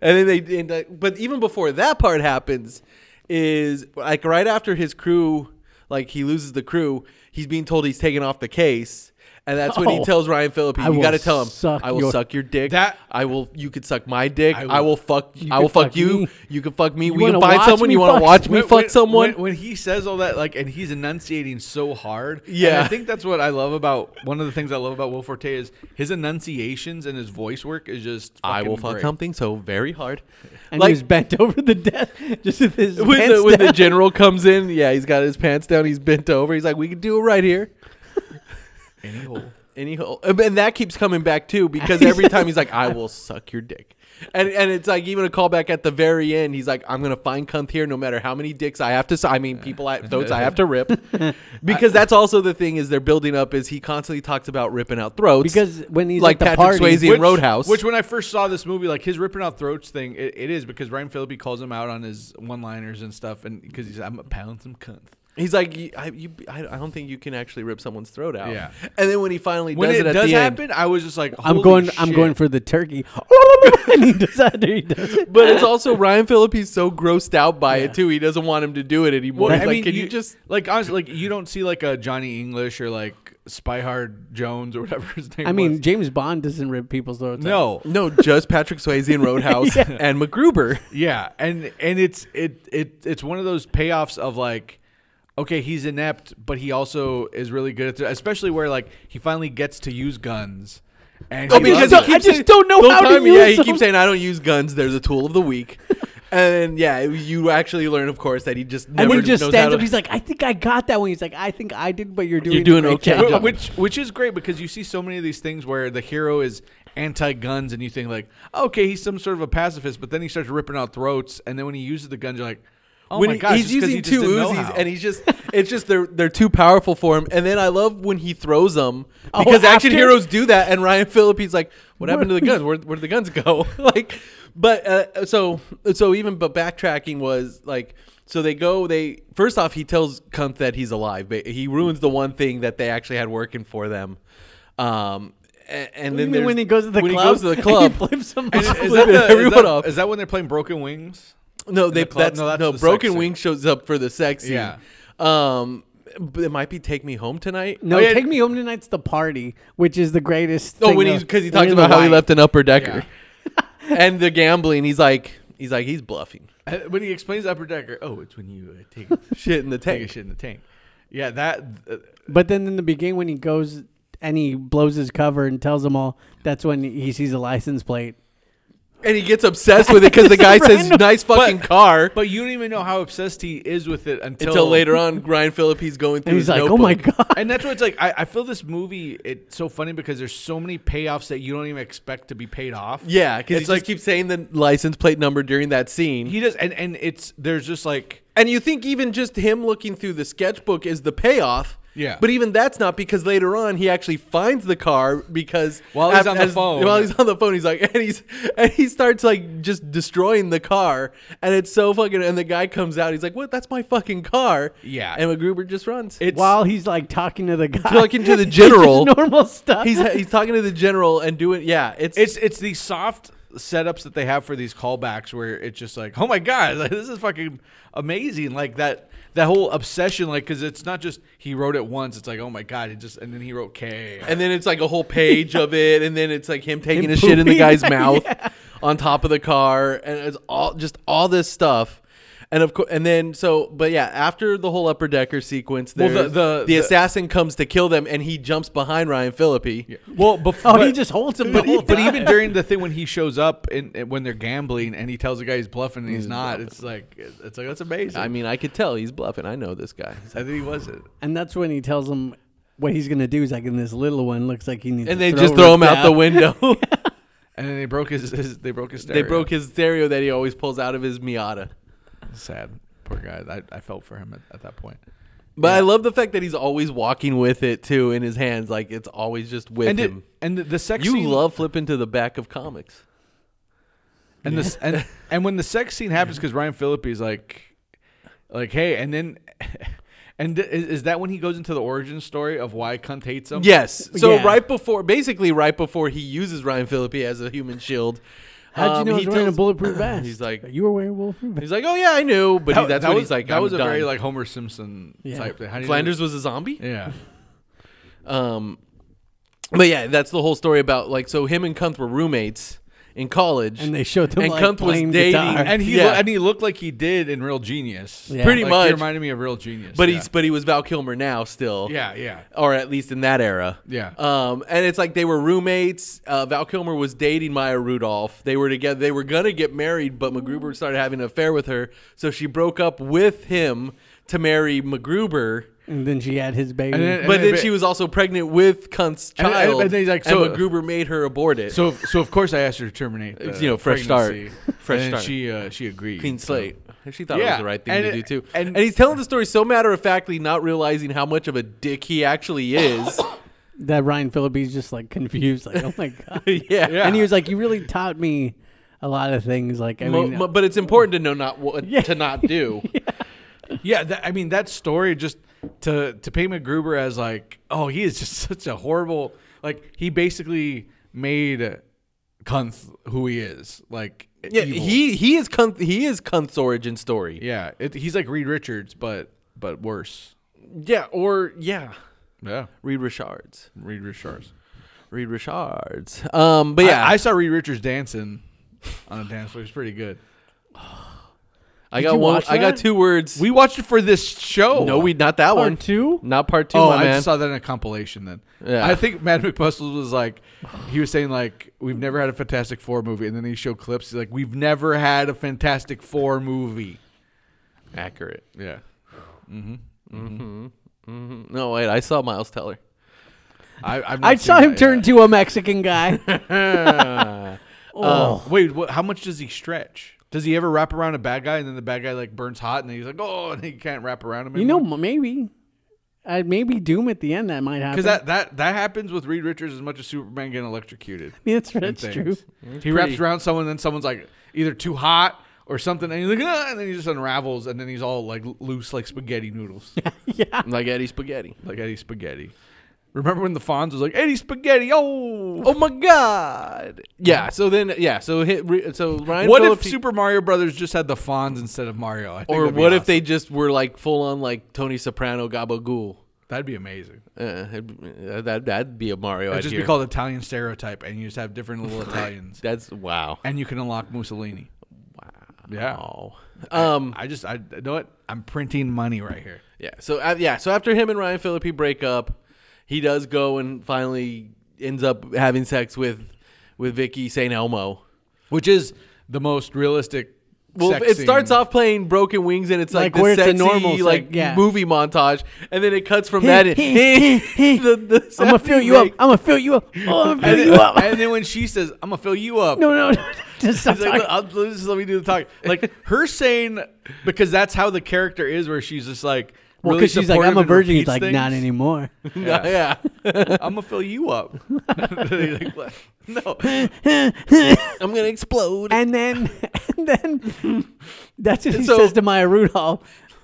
S2: and then they. And, uh, but even before that part happens, is like right after his crew, like he loses the crew, he's being told he's taken off the case. And that's when he
S4: Oh.
S2: tells Ryan Phillippe,
S4: I
S2: "You
S4: will
S2: got to tell him,
S4: suck
S2: I will
S4: your-
S2: suck your dick.
S3: That-
S2: I will. You could suck my dick. I
S3: I
S2: will,
S3: will-
S2: fuck.
S4: You
S2: I will
S4: could
S2: fuck
S4: fuck
S2: you.
S4: me.
S2: You can fuck me.
S4: You
S2: we can
S4: wanna
S2: find
S4: watch
S2: someone.
S4: me
S2: You want to
S4: fuck-
S2: watch me
S3: When-
S2: fuck
S3: when-
S2: someone?
S3: when, when he says all that like and he's enunciating so hard and
S2: Yeah.
S3: i think that's what i love about one of the things i love about will forte is his enunciations and his voice work is just
S2: I will
S3: fucking
S2: fuck
S3: great.
S2: something so very hard.
S4: And he was bent over the desk, just with his
S2: when
S4: pants
S2: the, when the
S4: down.
S2: general comes in, yeah, he's got his pants down. He's bent over. He's like, "We can do it right here."
S3: Any hole.
S2: Any hole, and that keeps coming back too because every time he's like, "I will suck your dick," and and it's like even a callback at the very end. He's like, "I'm gonna find cunt here, no matter how many dicks I have to. s- I mean, people I, throats I have to rip," because that's also the thing is they're building up is he constantly talks about ripping out throats
S4: Because when he's
S2: like
S4: at the
S2: Patrick
S4: party-
S2: Swayze in Roadhouse,
S3: Which, when I first saw this movie, like his ripping out throats thing, it, it is because Ryan Phillippe calls him out on his one-liners and stuff, and because he's I'm a pound some cunt.
S2: he's like, "You- I, you, I I don't think you can actually rip someone's throat out."
S3: Yeah.
S2: and then when he finally
S3: When
S2: does
S3: it,
S2: it, at
S3: does
S2: the end,
S3: happen, I was just like,
S4: I'm
S3: "Holy
S4: going. I'm
S3: shit."
S4: going for the turkey. and he does that. He does it.
S2: But it's also Ryan Phillippe's so grossed out by it too. He doesn't want him to do it anymore.
S3: Well,
S2: He's
S3: I
S2: like,
S3: mean,
S2: can you, just?
S3: like honestly, like you don't see like a Johnny English or like Spyhard Jones or whatever his name.
S4: I mean,
S3: was.
S4: James Bond doesn't rip people's throats. out.
S3: no,
S2: No, just Patrick Swayze and Roadhouse and MacGruber.
S3: yeah, and and it's it it it's one of those payoffs of like, okay, he's inept, but he also is really good at, th- especially where like he finally gets to use guns. And
S2: Oh,
S3: he
S4: because
S3: loves
S4: I just don't know
S2: the whole
S4: how to use
S2: Yeah, he
S4: them.
S2: keeps saying I don't use guns. They're the tool of the weak. and yeah, you actually learn, of course, that he just never
S4: And then he just
S2: knows how
S4: stands
S2: to-
S4: up. He's like, "I think I got that one." He's like, "I think I did, but you're doing
S2: doing
S4: a great
S2: okay,
S4: job."
S2: John.
S3: Wh- Which which is great because you see so many of these things where the hero is anti-guns and you think like, okay, he's some sort of a pacifist, but then he starts ripping out throats, and then when he uses the guns, you're like, oh
S2: when
S3: my
S2: he-
S3: gosh,
S2: he's using two Uzis
S3: and
S2: and he's just it's just they're they're too powerful for him. And then I love when he throws them because action
S4: Oh, after?
S2: heroes do that. And Ryan Phillippe's like, "What happened to the guns? Where where did the guns go?" like, but uh, so so even but backtracking was like. So they go. They first off, he tells Kunt that he's alive. But he ruins the one thing that they actually had working for them. Um, and, and
S4: You
S2: then
S4: mean
S2: there's-
S4: when he goes to the
S2: when
S4: club,
S2: he goes to the
S4: and
S2: club,
S4: he flips him
S3: is,
S4: off.
S3: is that the- is
S2: everyone
S3: that-
S2: off.
S3: is that when they're playing Broken Wings?
S2: No, they
S3: the club?
S2: that's
S3: No,
S2: no,
S3: that's the sex
S2: broken
S3: scene.
S2: wing shows up for the sex scene.
S3: Yeah.
S2: Um but it might be take me home tonight.
S4: No,
S3: Oh, yeah.
S4: take me home tonight's the party, which is the greatest.
S2: Oh,
S4: thing
S2: when
S4: of-
S2: he's because he
S4: when
S2: talks
S4: you're
S2: about
S4: the
S2: how he
S4: white.
S2: left an upper decker. and the gambling, he's like he's like he's bluffing.
S3: Uh, When he explains Upper Decker, oh, it's when you uh, take, take
S2: Shit in the
S3: a
S2: tank.
S3: shit in the tank. Yeah, that. Uh,
S4: But then in the beginning, when he goes and he blows his cover and tells them all, that's when he sees a license plate.
S2: And he gets obsessed with it because the guy says
S4: Random-
S2: nice fucking
S3: But-
S2: car.
S3: but you don't even know how obsessed he is with it until,
S2: until later on, Ryan Phillippe's going through
S4: And he's
S2: his
S4: like,
S2: notebook.
S4: "Oh my god!"
S3: And that's what it's like. I, I feel this movie. It's so funny because there's so many payoffs that you don't even expect to be paid off.
S2: Yeah,
S3: It's
S2: because he
S3: like-
S2: just keeps saying the license plate number during that scene.
S3: he does, and and it's there's just like
S2: And you think even just him looking through the sketchbook is the payoff.
S3: Yeah.
S2: But even that's not because later on he actually finds the car because
S3: While he's
S2: af-
S3: on the phone.
S2: While he's on the phone, he's like, and he's and he starts like just destroying the car, and it's so fucking. And the guy comes out, he's like, "What? That's my fucking car."
S3: Yeah.
S2: And MacGruber just runs.
S3: it's
S4: While he's like talking to the guy,
S2: Talking to the
S4: It's just
S2: general.
S4: normal stuff.
S2: he's he's talking to the general and doing yeah. It's
S3: it's it's these soft setups that they have for these callbacks where it's just like oh my god like, this is fucking amazing like that that whole obsession like because it's not just he wrote it once it's like oh my god it just and then he wrote K
S2: and then it's like a whole page of it, and then it's like him taking
S4: Him
S2: a shit in the
S4: pooping.
S2: guy's mouth on top of the car, and it's all just all this stuff. And of course, and then so, but yeah, after the whole upper decker sequence,
S3: Well, the-
S2: there's, the,
S3: the- the-
S2: assassin comes to kill them, and he jumps behind Ryan Phillippe.
S3: well before
S4: oh, he just holds him.
S3: but,
S4: the whole
S3: but
S4: time.
S3: even during the thing when he shows up and, and when they're gambling and he tells the guy he's bluffing and he's not it's like it's like that's amazing
S2: Mm. I mean, I could tell he's bluffing. I know this guy.
S3: I think he wasn't
S4: and that's when he tells him what he's gonna do. He's like, "And this little one looks like he needs."
S2: And
S4: to
S2: they just throw him out the
S4: window.
S2: window.
S3: and then they broke his, his they broke his
S2: They
S3: stereo.
S2: broke his stereo that he always pulls out of his Miata.
S3: sad poor guy. I, I felt for him at, at that point.
S2: But I love the fact that he's always walking with it too in his hands, like it's always just with
S3: And it,
S2: him.
S3: and the- the sex
S2: you
S3: scene,
S2: love flipping to the back of comics.
S3: and this and and when the sex scene happens because Ryan Phillippe is like, like hey, and then. And th- is, is that when he goes into the origin story of why cunt hates him?
S2: Yes. So
S4: Yeah.
S2: right before, basically right before he uses Ryan Phillippe as a human shield.
S4: How'd
S2: um,
S4: you know
S2: he
S4: he's wearing a
S2: tells-
S4: bulletproof vest?
S2: He's like-
S4: you were wearing a bulletproof vest.
S2: He's like, oh yeah, I knew, but he,
S3: That-
S2: that's
S3: that
S2: what
S3: was,
S2: he's like.
S3: That
S2: I'm
S3: was a
S2: done.
S3: very like Homer Simpson
S4: Yeah.
S3: type thing. How do you
S2: Flanders was a zombie.
S3: yeah.
S2: Um, but yeah, that's the whole story about like so him and Kunth were roommates in college,
S4: And they showed him,
S2: and
S4: like,
S2: Kunth was
S4: playing
S2: dating,
S4: guitar.
S3: and he
S2: yeah,
S3: loo- and he looked like he did in Real Genius.
S4: Yeah.
S2: Pretty
S3: Like,
S2: much.
S3: he reminded me of Real Genius.
S2: but
S3: yeah.
S2: he's but he was Val Kilmer now still,
S3: yeah, yeah,
S2: or at least in that era.
S3: Yeah.
S2: Um, and it's like they were roommates. Uh, Val Kilmer was dating Maya Rudolph. They were together. They were gonna get married, but MacGruber started having an affair with her, so she broke up with him to marry MacGruber.
S4: And then she had his baby.
S3: And then-
S2: But then
S3: ba-
S2: she was also pregnant with Cunt's
S3: And then-
S2: child,
S3: and then he's like, so-
S2: MacGruber made her abort it.
S3: So so of course I asked her to terminate. the
S2: You know, fresh start.
S3: pregnancy,
S2: Fresh
S3: and
S2: start.
S3: She uh, she agreed.
S2: clean
S3: so-
S2: slate. She thought it was
S3: Yeah,
S2: the right thing
S3: and
S2: to
S3: it-
S2: do too. And,
S3: and-
S2: he's telling the story so matter of factly, not realizing how much of a dick he actually is.
S4: that Ryan Phillippe's just like confused, like, oh my god.
S2: yeah.
S3: Yeah.
S4: And he was like, you really taught me a lot of things. Like, I
S2: Mo-
S4: mean, uh,
S2: mo- but it's important to know not what
S4: Yeah.
S2: to not do.
S3: Yeah, that, I mean that story just to to paint McGruber as like, oh, he is just such a horrible. Like he basically made Kunth who he is. Like
S2: Yeah,
S3: evil.
S2: he he is cunt, he is cunt's origin story.
S3: yeah, it, he's like Reed Richards, but but worse.
S2: Yeah, or yeah,
S3: Yeah,
S2: Reed Richards,
S3: Reed Richards.
S2: Reed Richards. Um, but yeah,
S3: I,
S2: I,
S3: I saw Reed Richards dancing on a dance floor. It was pretty good.
S2: got
S4: you
S2: one.
S4: watch
S2: I got
S4: that?
S2: two words.
S3: We watched it for this show.
S2: no, we not that one.
S4: part two?
S2: not part two.
S3: Oh,
S2: my
S3: I
S2: man.
S3: just saw that in a compilation. Then
S2: Yeah.
S3: I think Matt McMuscles was like, he was saying like, we've never had a Fantastic Four movie, and then he showed clips. He's like, we've never had a Fantastic Four movie.
S2: Accurate.
S3: Yeah,
S2: No, wait, I saw Miles Teller.
S3: I I've not
S4: I
S3: seen
S4: saw him
S3: that
S4: turn
S3: yet.
S4: to a Mexican guy.
S3: Uh,
S4: oh,
S3: Wait, what, how much does he stretch? Does he ever wrap around a bad guy, and then the bad guy like burns hot, and then he's like, oh, and he can't wrap around him.
S4: you know, m- maybe, I maybe Doom at the end that might happen.
S3: because that that that happens with Reed Richards as much as Superman getting electrocuted.
S4: I mean, that's,
S3: and
S4: that's true.
S3: things. He wraps around someone, then someone's like either too hot or something, and he's like, ah, and then he just unravels, and then he's all like loose, like spaghetti noodles,
S2: Like Eddie Spaghetti.
S3: like Eddie Spaghetti. Remember when the Fonz was like Eddie Spaghetti? Oh,
S2: Oh my god! Yeah. So then, yeah. So hit. Re, so Ryan.
S3: what
S2: Phillippe,
S3: if Super Mario Brothers just had the Fonz instead of Mario? I think
S2: Or
S3: that'd be
S2: what if
S3: awesome.
S2: they just were like full on like Tony Soprano gabagool?
S3: That'd be amazing.
S2: Uh, it'd- uh, that that'd be a Mario.
S3: It'd
S2: I'd
S3: just
S2: hear.
S3: be called Italian stereotype, and you just have different little Italians,
S2: That's wow.
S3: and you can unlock Mussolini. Wow. Yeah.
S2: Oh. Um.
S3: I just I you know what I'm printing money right here.
S2: Yeah. So uh, yeah. So after him and Ryan Phillippe break up, he does go and finally ends up having sex with with Vicky St Elmo.
S3: which is the most realistic.
S2: Well,
S3: sex
S2: it
S3: scene.
S2: starts off playing "Broken Wings" and it's like,
S4: Like, where
S2: this
S4: it's a
S2: sexy
S4: normal sec-
S2: like
S4: yeah.
S2: movie montage, and then it cuts from that. and- the, the
S4: I'm gonna fill
S2: sound he
S4: you up.
S2: make-
S4: I'm gonna fill you up. Oh, I'm gonna
S3: and
S4: fill
S3: then,
S4: you up.
S3: and then when she says, "I'm gonna fill you up,"
S4: No, no, no. Just stop
S3: He's like,
S4: talking.
S3: "Look, I'll, let- just let me do the talking. Like her saying, because that's how the character is, where she's just like,
S4: well,
S3: really
S4: because she's like, I'm
S3: supportive
S4: a
S3: and
S4: virgin. He's
S3: repeats
S4: like, not
S3: things.
S4: anymore.
S2: Yeah.
S3: I'm gonna fill you up. He's like, "What?" no,
S2: I'm gonna explode.
S4: And then, and then, that's what he
S2: So-
S4: says to Maya Rudolph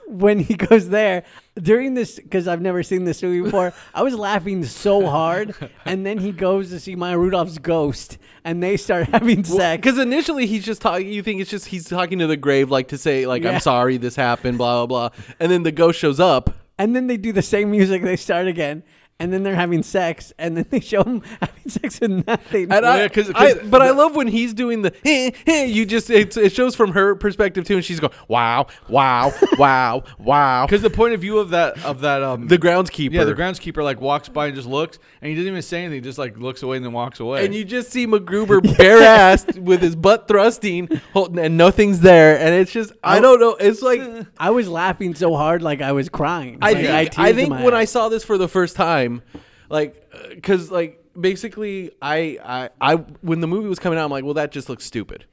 S4: when he goes there during this. Because I've never seen this movie before. I was laughing so hard, and then he goes to see Maya Rudolph's ghost, and they start having sex.
S2: Because initially he's just talking. You think it's just he's talking to the grave, like to say, like,
S4: Yeah.
S2: "I'm sorry, this happened," blah blah blah. And then the ghost shows up.
S4: and then they do the same music. They start again, and then they're having sex, and then they show him having sex with nothing.
S2: And I,
S3: Yeah, 'cause-
S2: I-
S3: 'cause-
S2: but I love when he's doing the. "Eh, eh," you just it's, it shows from her perspective too, and she's going, "Wow, wow, wow, wow."
S3: because the point of view of that of that um
S2: the groundskeeper.
S3: yeah the groundskeeper like walks by and just looks, and he doesn't even say anything, just like looks away and then walks away.
S2: And you just see MacGruber bare assed with his butt thrusting, holding, and nothing's there. And it's just, I don't know. It's like,
S4: I was laughing so hard, like I was crying.
S2: I
S4: Like,
S2: think,
S4: had
S2: I,
S4: tears in
S2: think
S4: my
S2: when I
S4: eyes.
S2: saw this for the first time, uh, like, because like basically, I, I, I, when the movie was coming out, I'm like, well, that just looks stupid.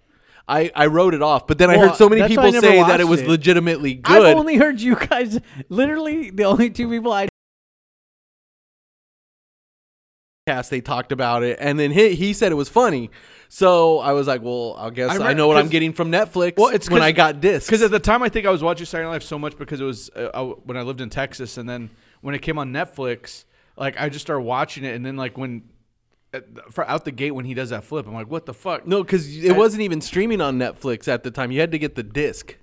S2: I, I wrote it off, but then I
S4: Well,
S2: heard so many
S4: that's why I
S2: people
S4: never
S2: say that it
S4: watched
S2: was
S4: it.
S2: legitimately good.
S4: I've only heard you guys. Literally, the only two people I
S2: Cast they talked about it, and then he, he said it was funny. So I was like, well, I guess
S3: I
S2: I,
S3: re-
S2: know what I'm
S3: 'cause-
S2: getting from Netflix.
S3: Well, it's
S2: when
S3: 'cause-
S2: I got discs.
S3: Because at the time, I think I was watching Saturday Night Live so much because it was uh, I, when I lived in Texas, and then when it came on Netflix, like I just started watching it, and then like when at the- for out the gate when he does that flip, I'm like, what the fuck?
S2: no, because it wasn't even streaming on Netflix at the time. You had to get the disc.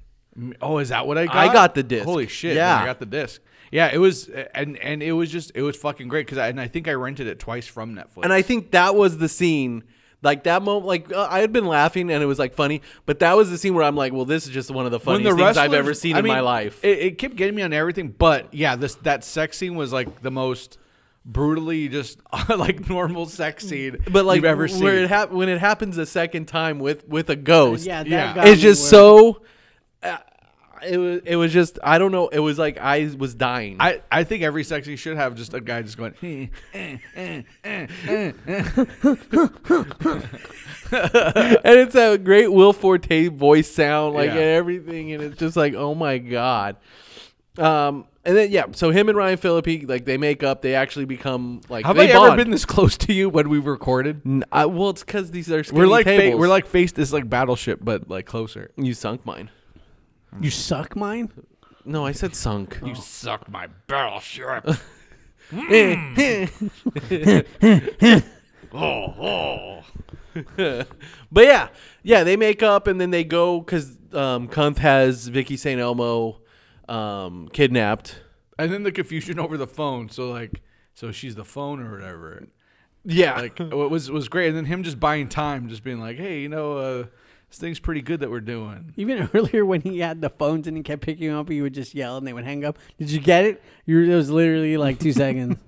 S3: Oh, is that what I got?
S2: I got the disc.
S3: Holy shit!
S2: Yeah.
S3: Yeah, I got the disc. Yeah, it was, and and it was just it was fucking great because I, and I think I rented it twice from Netflix.
S2: And I think that was the scene. Like that moment, like uh, I had been laughing and it was like funny, but that was the scene where I'm like, well, this is just one of the funniest things I've
S3: wrestlers-
S2: ever seen
S3: I
S2: in my
S3: mean,
S2: life.
S3: It, it kept getting me on everything, but yeah, this that sex scene was like the most brutally just like normal sex scene
S2: but like
S3: you've ever
S2: where
S3: seen.
S2: it hap- when it happens a second time with with a ghost,
S4: yeah, that
S3: Yeah.
S4: got
S2: it's
S4: me
S2: just
S4: where-
S2: so. Uh, it was it was just I don't know. It was like I was dying.
S3: I, I think every sex scene should have just a guy just going. "Eh, eh, eh, eh, eh, eh."
S2: and it's a great Will Forte voice sound, like
S3: Yeah.
S2: and everything, and it's just like, oh my god. Um, and then yeah, so him and Ryan Phillippe, like they make up, they actually become like.
S3: Have
S2: they
S3: I ever
S2: bond.
S3: been this close to you when we recorded?
S2: N- I, well, it's because these are skinny
S3: We're like fa-
S2: tables.
S3: we're like faced this like battleship, but like closer.
S2: you sunk mine.
S4: You suck mine.
S2: No, I said sunk.
S3: You suck my battleship. Hmm.
S2: But yeah, yeah, they make up and then they go because um, Kunth has Vicky St Elmo um, kidnapped.
S3: and then the confusion over the phone. So like, so she's the phone or whatever.
S2: Yeah,
S3: like it was was great. And then him just buying time, just being like, hey, you know, uh, this thing's pretty good that we're doing.
S4: Even earlier when he had the phones and he kept picking them up, he would just yell and they would hang up. Did you get it? You it was literally like two seconds.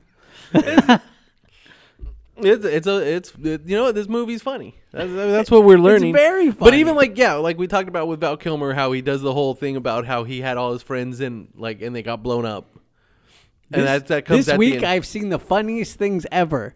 S2: It's it's a it's it- you know what this movie's funny. That's, that's what we're learning.
S4: very
S2: But
S4: funny.
S2: even like yeah, like we talked about with Val Kilmer, how he does the whole thing about how he had all his friends and like and they got blown up. And
S4: This-
S2: that that comes
S4: this
S2: at
S4: week.
S2: the end.
S4: I've seen the funniest things ever.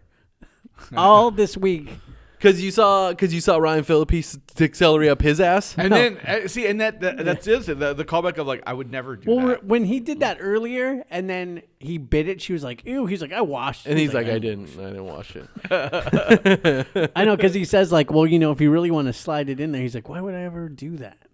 S4: All this week.
S2: because you saw because you saw Ryan Phillippe s- accelerate up his ass.
S3: And then uh, see, and that, that that's the, other thing, the the callback of like, I would never do
S4: Well,
S3: that.
S4: when he did that earlier, and then he bit it, she was like, "Ew." He's like, "I washed." it."
S2: And he's like, I didn't, I didn't watch it.
S4: "I know," because he says like, "Well, you know, if you really want to slide it in there," he's like, "Why would I ever do that?"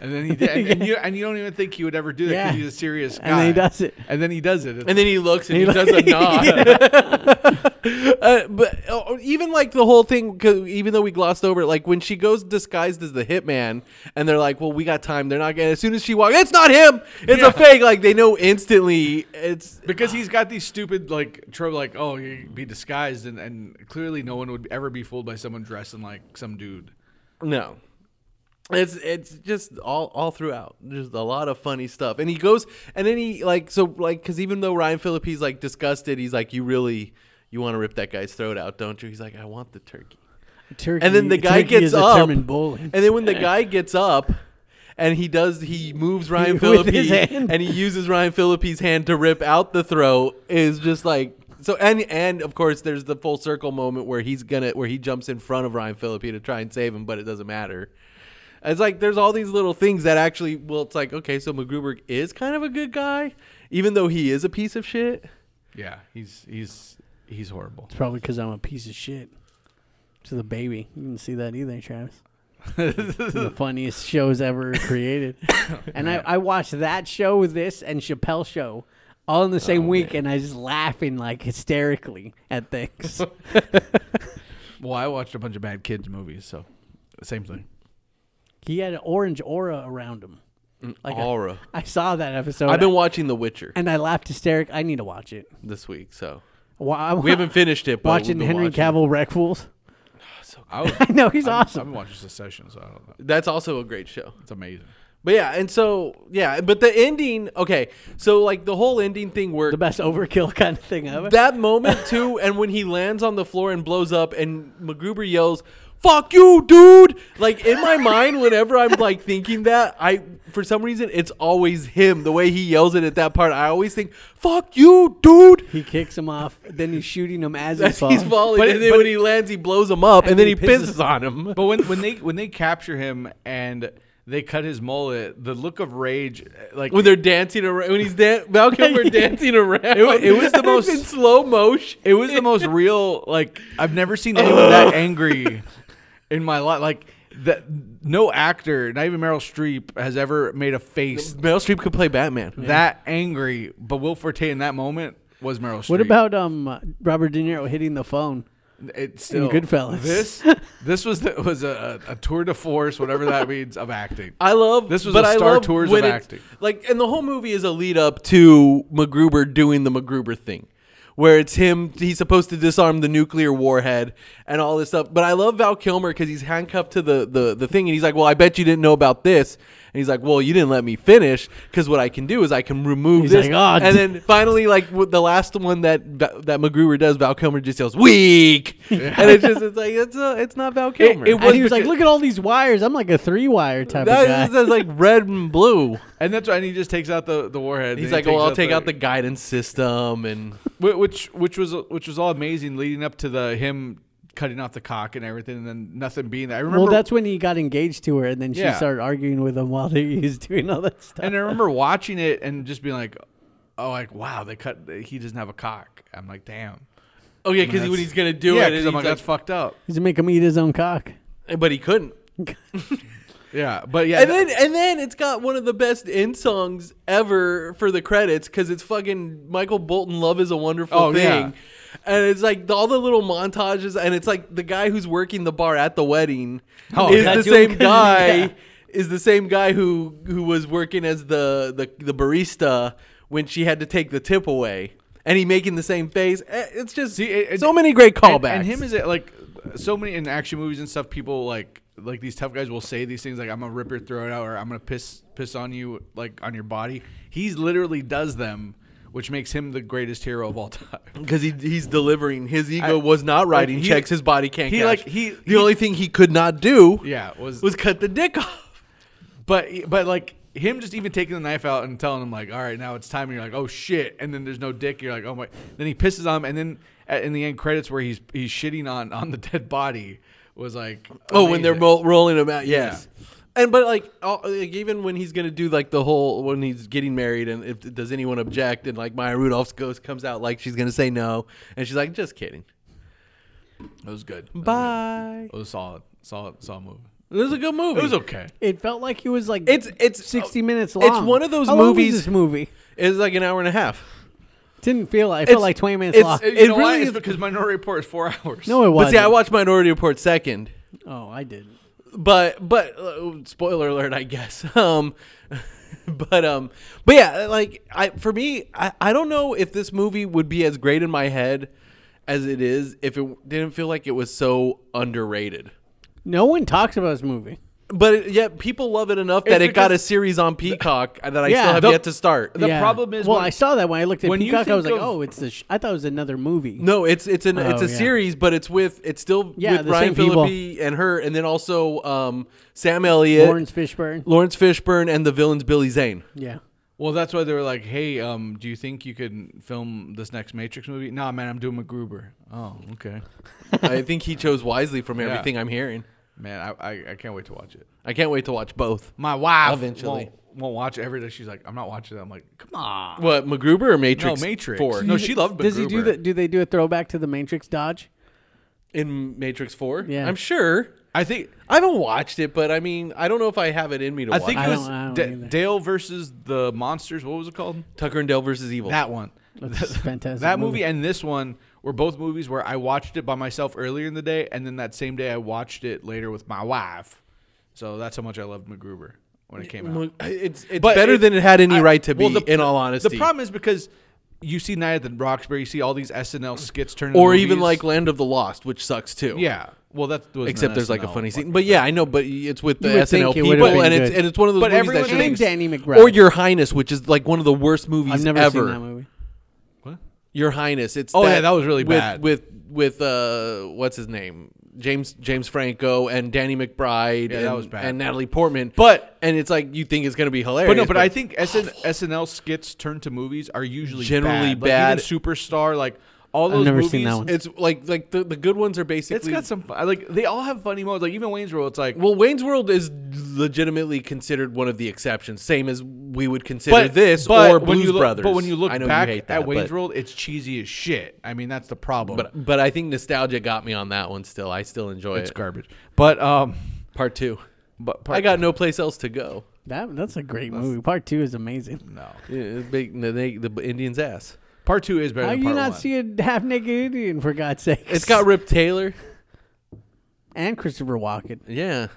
S3: And then he did, and, and you and you don't even think he would ever do that because
S4: Yeah.
S3: he's a serious guy.
S4: And then he does it.
S3: And then he does it. It's-
S2: And then he looks and he,
S4: He
S2: does a nod. uh, but uh, even like the whole thing, 'cause even though we glossed over it, like when she goes disguised as the hitman, and they're like, "Well, we got time." They're not gonna. As soon as she walks, it's not him. It's
S3: Yeah.
S2: a fake. Like they know instantly. It's
S3: because he's got these stupid like trope, like oh, you be disguised, and, and clearly no one would ever be fooled by someone dressing like some dude.
S2: no. It's it's just all all throughout, just a lot of funny stuff. And he goes, and then he like so like because even though Ryan Phillippe's like disgusted, he's like, "You really." You want to rip that guy's throat out, don't you? He's like, I want the turkey.
S4: Turkey,
S2: and then the guy
S4: turkey
S2: gets
S4: is a
S2: up,
S4: German bully.
S2: and then when the guy gets up, and he does, he moves Ryan
S4: With
S2: Phillippe,
S4: his hand.
S2: and he uses Ryan Philippe's hand to rip out the throat. Is just like so, and and of course, there's the full circle moment where he's gonna where he jumps in front of Ryan Phillippe to try and save him, but it doesn't matter. It's like there's all these little things that actually, well, it's like okay, so MacGruber is kind of a good guy, even though he is a piece of shit.
S3: Yeah, he's he's he's horrible.
S4: It's probably because I'm a piece of shit to the baby. You didn't see that either, Travis. One of the funniest shows ever created. and I, I watched that show, this, and Chappelle show all in the same
S2: Oh,
S4: week, and I was just laughing like hysterically at things.
S3: Well, I watched a bunch of bad kids movies, so same thing.
S4: he had an orange aura around him. Like I-
S2: aura.
S4: I saw that episode.
S2: Mm, I've been watching The Witcher
S4: and I laughed hysteric. I need to watch it.
S2: this week, so
S4: Wa- I-
S2: we haven't finished it. But we've
S4: watching
S2: been
S4: Henry
S2: watching it.
S4: Cavill wreck fools.
S3: I, was,
S4: I know he's
S3: I've- I've
S4: awesome.
S3: been watching Secession, so I don't know.
S2: That's also a great show.
S3: It's amazing.
S2: But yeah, and so yeah, but the ending, okay. So like the whole ending thing where
S4: the best overkill kind of thing ever.
S2: that moment too, and when he lands on the floor and blows up, and MacGruber yells, fuck you, dude. Like in my mind, whenever I'm like thinking that, I for some reason it's always him. The way he yells it at that part, I always think, fuck you, dude.
S4: He kicks him off. Then he's shooting him as he's
S2: As
S4: falling.
S2: he's falling,
S3: But
S2: and
S3: it-
S2: then
S3: but-
S2: when he lands, he blows him up, and, then he pisses, on him.
S3: But when when they when they capture him and they cut his mullet, the look of rage, like
S2: when they're dancing around, when he's dan- Val Kilmer dancing around, it,
S3: wa- it was the most-
S2: in slow motion.
S3: it was the most real. Like I've never seen anyone that angry in my life. Like that, no actor, not even Meryl Streep, has ever made a face
S2: Meryl Streep could play Batman.
S3: that angry. But Will Forte in that moment was Meryl Streep.
S4: What about um Robert De Niro hitting the phone?
S3: it's still
S4: Goodfellas?
S3: This this was the, was a, a tour de force, whatever that means, of acting.
S2: I love
S3: This was
S2: but
S3: a
S2: I
S3: Star
S2: love
S3: Tours
S2: when
S3: of
S2: it's-
S3: acting.
S2: Like, and the whole movie is a lead up to MacGruber doing the MacGruber thing, where it's him. He's supposed to disarm the nuclear warhead and all this stuff. But I love Val Kilmer because he's handcuffed to the, the the thing, and he's like, "Well, I bet you didn't know about this." And he's like, "Well, you didn't let me finish because what I can do is I can remove
S4: He's
S2: this."
S4: like, "Ah,
S2: and
S4: d-
S2: then finally, like with the last one that Va- that MacGruber does, Val Kilmer just yells, "Weak," and it's just it's like it's uh it's not Val Kilmer.
S3: it
S4: And
S3: was
S4: he was like,
S3: because-
S4: "Look at all these wires. I'm like a three wire type of guy."
S2: That is that's like red and blue.
S3: And that's why and he just takes out the the warhead.
S2: He's
S3: then
S2: like,
S3: he
S2: well,
S3: takes
S2: I'll take out the guidance system, and
S3: Wh- which which was which was all amazing leading up to the him cutting off the cock and everything and then nothing being there. I remember
S4: well, that's when he got engaged to her, and then she
S3: Yeah.
S4: started arguing with him while he was doing all that stuff.
S3: and I remember watching it and just being like oh like wow they cut he doesn't have a cock. I'm like damn.
S2: oh yeah, because when
S3: that's-
S2: he's gonna do it,
S3: yeah,
S2: and
S3: because I'm like
S2: he's
S3: that's fucked up.
S4: He's make him eat his own cock.
S2: like- but he couldn't.
S3: Yeah, but yeah.
S2: And
S3: th-
S2: then, and then it's got one of the best end songs ever for the credits because it's fucking Michael Bolton. Love is a wonderful
S3: Oh,
S2: thing,
S3: yeah.
S2: and it's like the- all the little montages, and it's like the guy who's working the bar at the wedding
S3: Oh,
S2: is
S3: yeah.
S2: the
S4: That's what-
S2: same guy.
S4: yeah.
S2: Is the same guy who who was working as the, the the barista when she had to take the tip away, and he making the same face. Eh, It's just
S3: See, it- it-
S2: so many great
S3: and,
S2: callbacks.
S3: and him is it like so many in action movies and stuff people like like these tough guys will say these things like I'm gonna rip your throat out or I'm gonna piss piss on you like on your body. He's literally does them, which makes him the greatest hero of all time.
S2: because he, he's delivering. His ego
S3: I-
S2: was not writing
S3: like, he-
S2: checks. His body can't.
S3: he,
S2: cash.
S3: like, he-
S2: The
S3: he-
S2: only thing he could not do.
S3: Yeah, was-
S2: was cut the dick off.
S3: But but like him just even taking the knife out and telling him like, all right, now it's time. And you're like, oh shit. And then there's no dick. You're like, oh my. Then he pisses on him, and then at, in the end credits where he's he's shitting on on the dead body was like,
S2: Oh, when they're mo-
S3: amazing.
S2: rolling him out. Yes.
S3: Yeah.
S2: And but like, all, like even when he's gonna do like the whole when he's getting married and if does anyone object and like Maya Rudolph's ghost comes out like she's gonna say no and she's like just kidding
S3: it was good.
S2: bye
S3: It was solid, solid, solid movie.
S2: it was a good movie
S3: It was okay.
S4: It felt like he was like
S2: It's- it's- uh,
S4: sixty minutes
S2: it's
S4: long.
S2: one of those
S4: How long was
S2: movies-
S4: this movie
S2: it was like an hour and a half
S4: didn't feel. I
S2: It's-
S4: felt like twenty minutes
S2: it's-
S4: long.
S3: It,
S2: It
S3: you know why?
S2: really
S3: It's
S2: is-
S3: because Minority Report is four hours.
S4: no, it
S2: but
S4: wasn't.
S2: see I watched Minority Report second
S4: oh, I didn't.
S2: but but uh, spoiler alert i guess um but um but yeah like i for me I, I don't know if this movie would be as great in my head as it is if it didn't feel like it was so underrated
S4: No one talks about this movie.
S2: but it, yet people love it enough that
S3: It's
S2: it got a
S3: because-
S2: series on peacock that i
S4: Yeah,
S2: still have
S4: the-
S2: yet to start
S3: the problem is
S4: well,
S3: when-
S4: I saw that when I looked at
S3: when you
S4: Peacock, I was
S3: think
S4: like,
S3: of-
S4: oh, it's the. Sh-. I thought it was another movie.
S2: no it's it's an it's
S4: Oh,
S2: a
S4: yeah.
S2: series but it's with it's still
S4: Yeah,
S2: with
S4: the
S2: ryan
S4: same people.
S2: philippi and her and then also um sam elliott
S4: Lawrence Fishburne.
S2: lawrence fishburne and the villains billy zane
S4: yeah.
S3: Well, that's why they were like, "Hey, um, do you think you could film this next Matrix movie?" Nah, man, I'm doing MacGruber. Oh, okay,
S2: I think he chose wisely from everything I'm hearing.
S3: man, I, I I can't wait to watch it.
S2: I can't wait to watch both.
S3: My wife
S2: Eventually.
S3: won't, won't watch it every day. She's like, I'm not watching that. I'm like, come on.
S2: What MacGruber or Matrix?
S3: No, Matrix.
S2: Four.
S3: No, she loved
S4: Does he do
S3: MacGruber.
S4: the? Do they do a throwback to the Matrix dodge?
S2: in Matrix Four.
S4: Yeah.
S2: I'm sure.
S3: I think
S2: I haven't watched it, but I mean, I don't know if I have it in me to
S3: I
S2: watch.
S3: think
S2: it.
S3: it
S4: I
S3: was
S4: don't- I don't
S3: Da-
S4: either.
S3: Dale versus the monsters. What was it called?
S2: Tucker and Dale versus Evil.
S3: That one.
S4: That's a fantastic.
S3: That movie and this one were both movies where I watched it by myself earlier in the day, and then that same day I watched it later with my wife. So that's how much I loved MacGruber when it came out.
S2: Look, it's it's
S3: But
S2: better than it had any
S3: I-
S2: right to be.
S3: well, the-
S2: in all honesty,
S3: The problem is because you see Night at the Roxbury, you see all these SNL skits turn, into
S2: or even
S3: movies.
S2: like Land of the Lost, which sucks too.
S3: yeah. Well, that's
S2: Except there's like a funny scene, but yeah, I know. But it's with the
S4: would
S2: SNL
S4: think it
S2: people,
S4: would've been
S2: and it's
S4: good.
S2: and it's one of those
S3: But
S2: movies that
S3: everyone
S2: should've-
S4: and Danny McBride.
S2: or Your Highness, which is like one of the worst movies
S4: I've never
S2: ever.
S4: seen that movie.
S2: Your Highness. It's
S3: Oh, yeah, that was really
S2: with,
S3: bad.
S2: with with uh what's his name James James Franco and Danny McBride
S3: Yeah,
S2: and,
S3: that was bad.
S2: and Natalie Portman.
S3: But-
S2: and it's like you think it's gonna be hilarious.
S3: But no, but I think SN- SNL skits turned to movies are usually
S2: Generally
S3: bad.
S2: bad.
S3: Like, even Superstar, like all those
S4: never
S3: movies,
S4: seen that one.
S2: it's like like the, the good ones are basically
S3: It's got some fu- like they all have funny moments. Like even Wayne's World, it's like
S2: Well, Wayne's World is legitimately considered one of the exceptions, same as we would consider this or Blues
S3: when you look,
S2: Brothers.
S3: But when you look
S2: I know
S3: back
S2: you hate that,
S3: at Wayne's
S2: but,
S3: World, it's cheesy as shit. I mean, that's the problem.
S2: but but I think nostalgia got me on that one. Still, I still enjoy
S3: it's
S2: it.
S3: garbage. But um,
S2: Part two.
S3: but
S2: I got no place else to go.
S4: That that's a great movie. Part two is amazing.
S3: no.
S2: Yeah, big- the, they- the Indian's ass.
S3: Part two is better.
S4: How
S3: than
S4: you
S3: part
S4: not
S3: one.
S4: see a half naked Indian for God's sake?
S2: It's got Rip Taylor.
S4: and Christopher Walken.
S2: Yeah,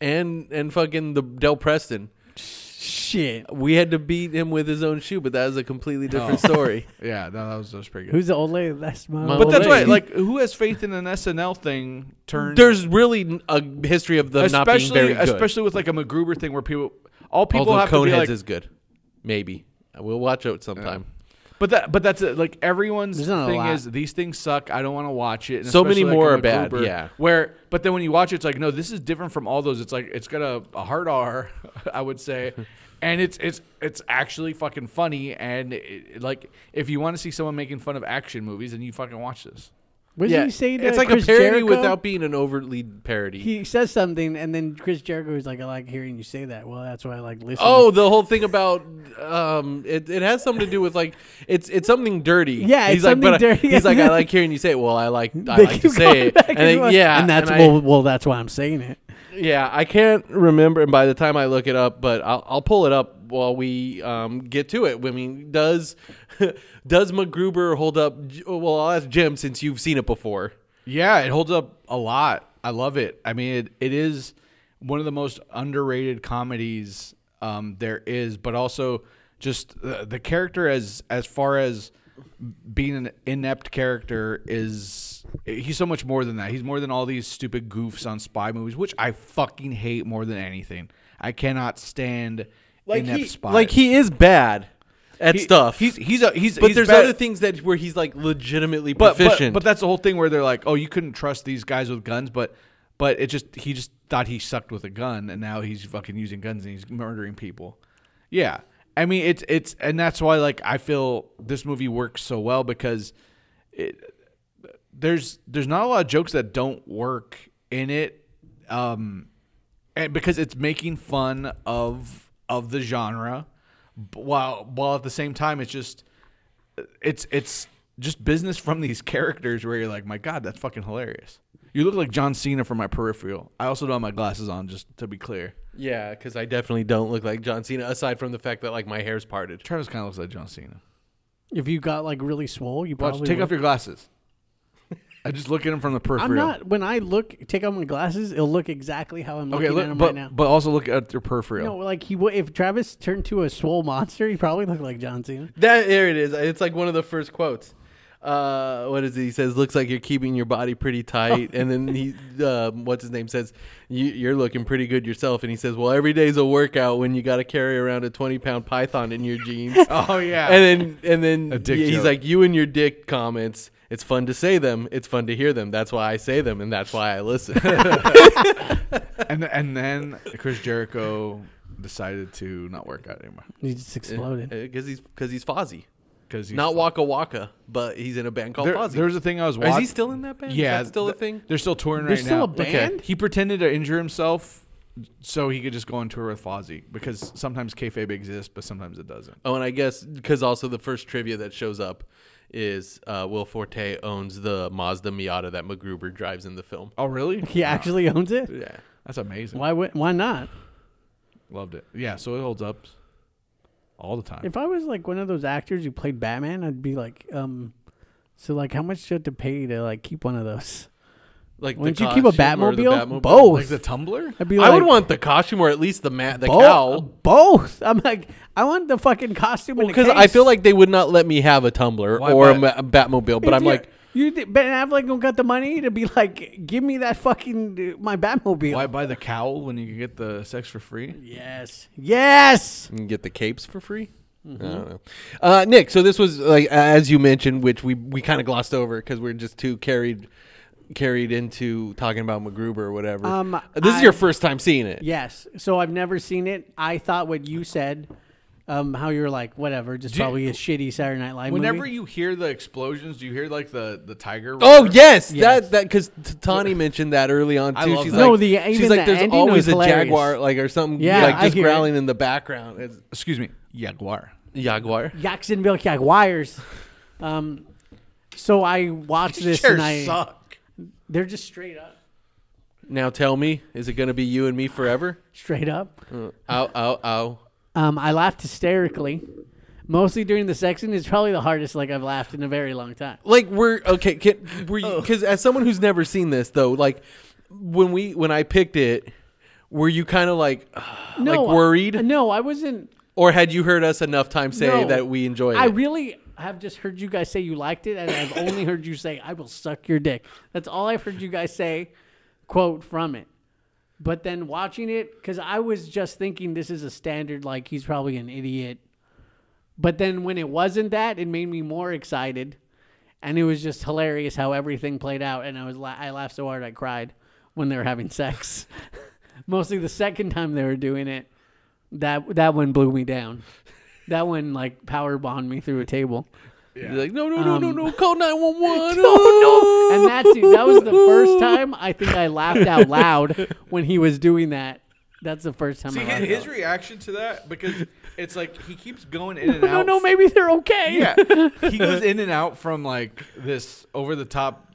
S2: and and fucking the Del Preston.
S4: Shit.
S2: We had to beat him with his own shoe, but that was a completely different story.
S3: Yeah, no, that was that was pretty good.
S4: Who's the old lady? That's my.
S2: But
S4: old
S3: but that's
S2: lady.
S3: right. Like, who has faith in an SNL thing? Turned
S2: There's really n- a history of them not being
S3: especially
S2: very good.
S3: especially with like a MacGruber thing where people all people
S2: Although
S3: have
S2: Coneheads
S3: to be like,
S2: is good, maybe we'll watch it sometime.
S3: but that but that's it. like everyone's
S4: There's not a
S3: thing
S4: lot.
S3: is these things suck. I don't want to watch it. And
S2: So many
S3: especially, like,
S2: more
S3: a
S2: are bad,
S3: MacGruber,
S2: yeah.
S3: Where but then when you watch it, it's like no, this is different from all those. It's like it's got a, a hard R, I would say. And it's it's it's actually fucking funny, and it, like if you want to see someone making fun of action movies, then you fucking watch this.
S4: What did you say? To
S2: it's like
S4: Chris
S2: a parody
S4: Jericho?
S2: without being an overtly parody.
S4: He says something, and then Chris Jericho is like, "I like hearing you say that." Well, that's why I like listening.
S2: oh, the whole thing about um, it, it has something to do with like it's it's something dirty.
S4: Yeah, it's
S2: he's like,
S4: something
S2: but I-
S4: dirty.
S2: he's like, I like hearing you say it. Well, I like I
S4: They
S2: like to
S4: keep
S2: say
S4: going
S2: it.
S4: back
S2: And they-
S4: forth.
S2: yeah,
S4: and that's
S2: I-
S4: well, well, that's why I'm saying it.
S2: yeah. I can't remember, and by the time I look it up, but I'll, I'll pull it up while we um, get to it. I mean, does does MacGruber hold up? J- Well, I'll ask Jim since you've seen it before.
S3: Yeah, it holds up a lot. I love it. I mean, it, it is one of the most underrated comedies um, there is, but also just the, the character as as far as being an inept character is he's so much more than that. He's more than all these stupid goofs on spy movies, which I fucking hate more than anything. I cannot stand inept
S2: he,
S3: spies.
S2: like he is bad at
S3: He-
S2: stuff.
S3: He's he's a, he's
S2: but
S3: he's
S2: there's
S3: bad-
S2: other things that where he's like legitimately
S3: but, but
S2: proficient.
S3: but that's the whole thing where they're like, oh, you couldn't trust these guys with guns, but but it just he just thought he sucked with a gun, and now he's fucking using guns and he's murdering people. Yeah, I mean it's it's and that's why like I feel this movie works so well because there's there's not a lot of jokes that don't work in it um and because it's making fun of of the genre b- while while at the same time it's just it's it's just business from these characters where you're like my god that's fucking hilarious you look like john cena from my peripheral i also don't have my glasses on just to be clear
S2: yeah, because I definitely don't look like John Cena. Aside from the fact that like my hair's parted.
S3: travis kind of looks like john cena
S4: If you got like really swole, you
S3: watch
S4: probably
S3: take
S4: would.
S3: off your glasses i just look at him from the peripheral
S4: I'm not. When I look, take off my glasses, it'll look exactly how I'm
S3: okay
S4: looking
S3: look,
S4: at him
S3: but
S4: right now.
S3: but also look at your peripheral
S4: no, like he would. If Travis turned to a swole monster, he probably looked like John Cena.
S2: That there it is. It's like one of the first quotes. Uh, what is it? He says, "Looks like you're keeping your body pretty tight." and then he, um, what's his name, says, you, "You're looking pretty good yourself." And he says, "Well, every day's a workout when you got to carry around a 20 pound python in your jeans."
S3: oh yeah
S2: and then and then
S3: A dick
S2: he's
S3: joke.
S2: like, "You and your dick comments. It's fun to say them. It's fun to hear them. That's why I say them, and that's why I listen."
S3: and and then Chris Jericho decided to not work out anymore
S4: He just exploded.
S2: Because Uh, he's because he's Fozzy,
S3: because
S2: not Waka Waka, but he's in a band called
S3: There,
S2: Fozzy.
S3: there was a thing I was
S2: Or is
S3: watching.
S2: he still in that band?
S3: Yeah,
S2: is that still a
S3: th-
S2: thing.
S3: They're still touring
S4: There's
S3: right
S4: still
S3: now.
S4: a band.
S3: He pretended to injure himself so he could just go on tour with Fozzy because sometimes kayfabe exists, but sometimes it doesn't.
S2: Oh, and I guess because also the first trivia that shows up is uh, Will Forte owns the Mazda Miata that MacGruber drives in the film.
S3: Oh, really?
S4: He actually owns it.
S2: Yeah,
S3: That's amazing.
S4: Why? would- Why not?
S3: Loved it. Yeah, so it holds up all the time.
S4: If I was like one of those actors who played Batman, I'd be like, um, so like, how much do you have to pay to like keep one of those?
S2: like the
S4: Wouldn't you keep a
S2: costume or the
S4: Batmobile?
S2: Batmobile?
S4: Both.
S3: like the tumbler?
S4: I'd be
S2: I
S4: like,
S2: would want the costume or at least the mat, the
S4: both.
S2: cowl.
S4: Both. I'm like, I want the fucking costume.
S2: because I feel like they would not let me have a tumbler
S3: Why,
S2: or a, ma-
S3: but-
S2: Batmobile, but I'm like,
S4: you th- Ben Affleck don't got the money to be like, give me that fucking uh, my Batmobile.
S3: Why buy the cowl when you can get the sex for free?
S4: Yes. Yes.
S2: you can get the capes for free.
S4: Mm-hmm.
S2: I don't know, uh, Nick. So this was like as you mentioned, which we we kind of glossed over because we're just too carried carried into talking about MacGruber or whatever.
S4: Um,
S2: this is your
S4: I-
S2: first time seeing it.
S4: Yes. So I've never seen it. I thought what you said, um, how you were like, whatever, just
S3: you-
S4: probably a shitty Saturday Night Live
S3: Whenever
S4: movie.
S3: you hear the explosions, do you hear like the the tiger?
S2: Oh
S3: roar?
S2: yes,
S4: Yes.
S2: that that because Tani mentioned that early on too.
S3: I love
S2: she's
S3: that.
S2: like,
S4: No, the-
S2: she's
S4: even
S2: like,
S4: the
S2: there's
S4: ending
S2: always
S4: was
S2: a
S4: hilarious.
S2: jaguar like or something,
S4: Yeah,
S2: like
S4: I
S2: just
S4: hear it.
S2: growling in the background. It's,
S3: Excuse me, jaguar.
S2: jaguar.
S4: Jacksonville Jaguars. Um, so I watched this and I,
S3: suck.
S4: they're just straight up,
S2: Now tell me, is it gonna be you and me forever?
S4: straight up.
S2: ow, ow, ow.
S4: Um, I laughed hysterically, mostly during the sex scene. It's probably the hardest like I've laughed in a very long time.
S2: like we're okay can, were
S4: Oh.
S2: you because as someone who's never seen this though like when we when i picked it were you kind of like
S4: No,
S2: like
S4: I-
S2: worried
S4: No, I wasn't.
S2: or had you heard us enough times say
S4: no.
S2: that we enjoyed
S4: I
S2: it
S4: really have just heard you guys say you liked it, and I've only heard you say I will suck your dick. That's all I've heard you guys say, quote from it. But then watching it, because I was just thinking this is a standard, like he's probably an idiot. But then when it wasn't that, it made me more excited, and it was just hilarious how everything played out. And I was la- I laughed so hard I cried when they were having sex. Mostly the second time they were doing it, that that one blew me down. That one like power bombed me through a table. Um,
S2: You're like no no no no no call 911
S4: Oh no! And that's it. that was the first time I think I laughed out loud when he was doing that. That's the first time
S3: See
S4: I
S3: his,
S4: laughed.
S3: his
S4: out.
S3: reaction to that because it's like he keeps going in and
S4: No,
S3: out.
S4: no, maybe they're okay.
S3: Yeah, he goes in and out from like this over the top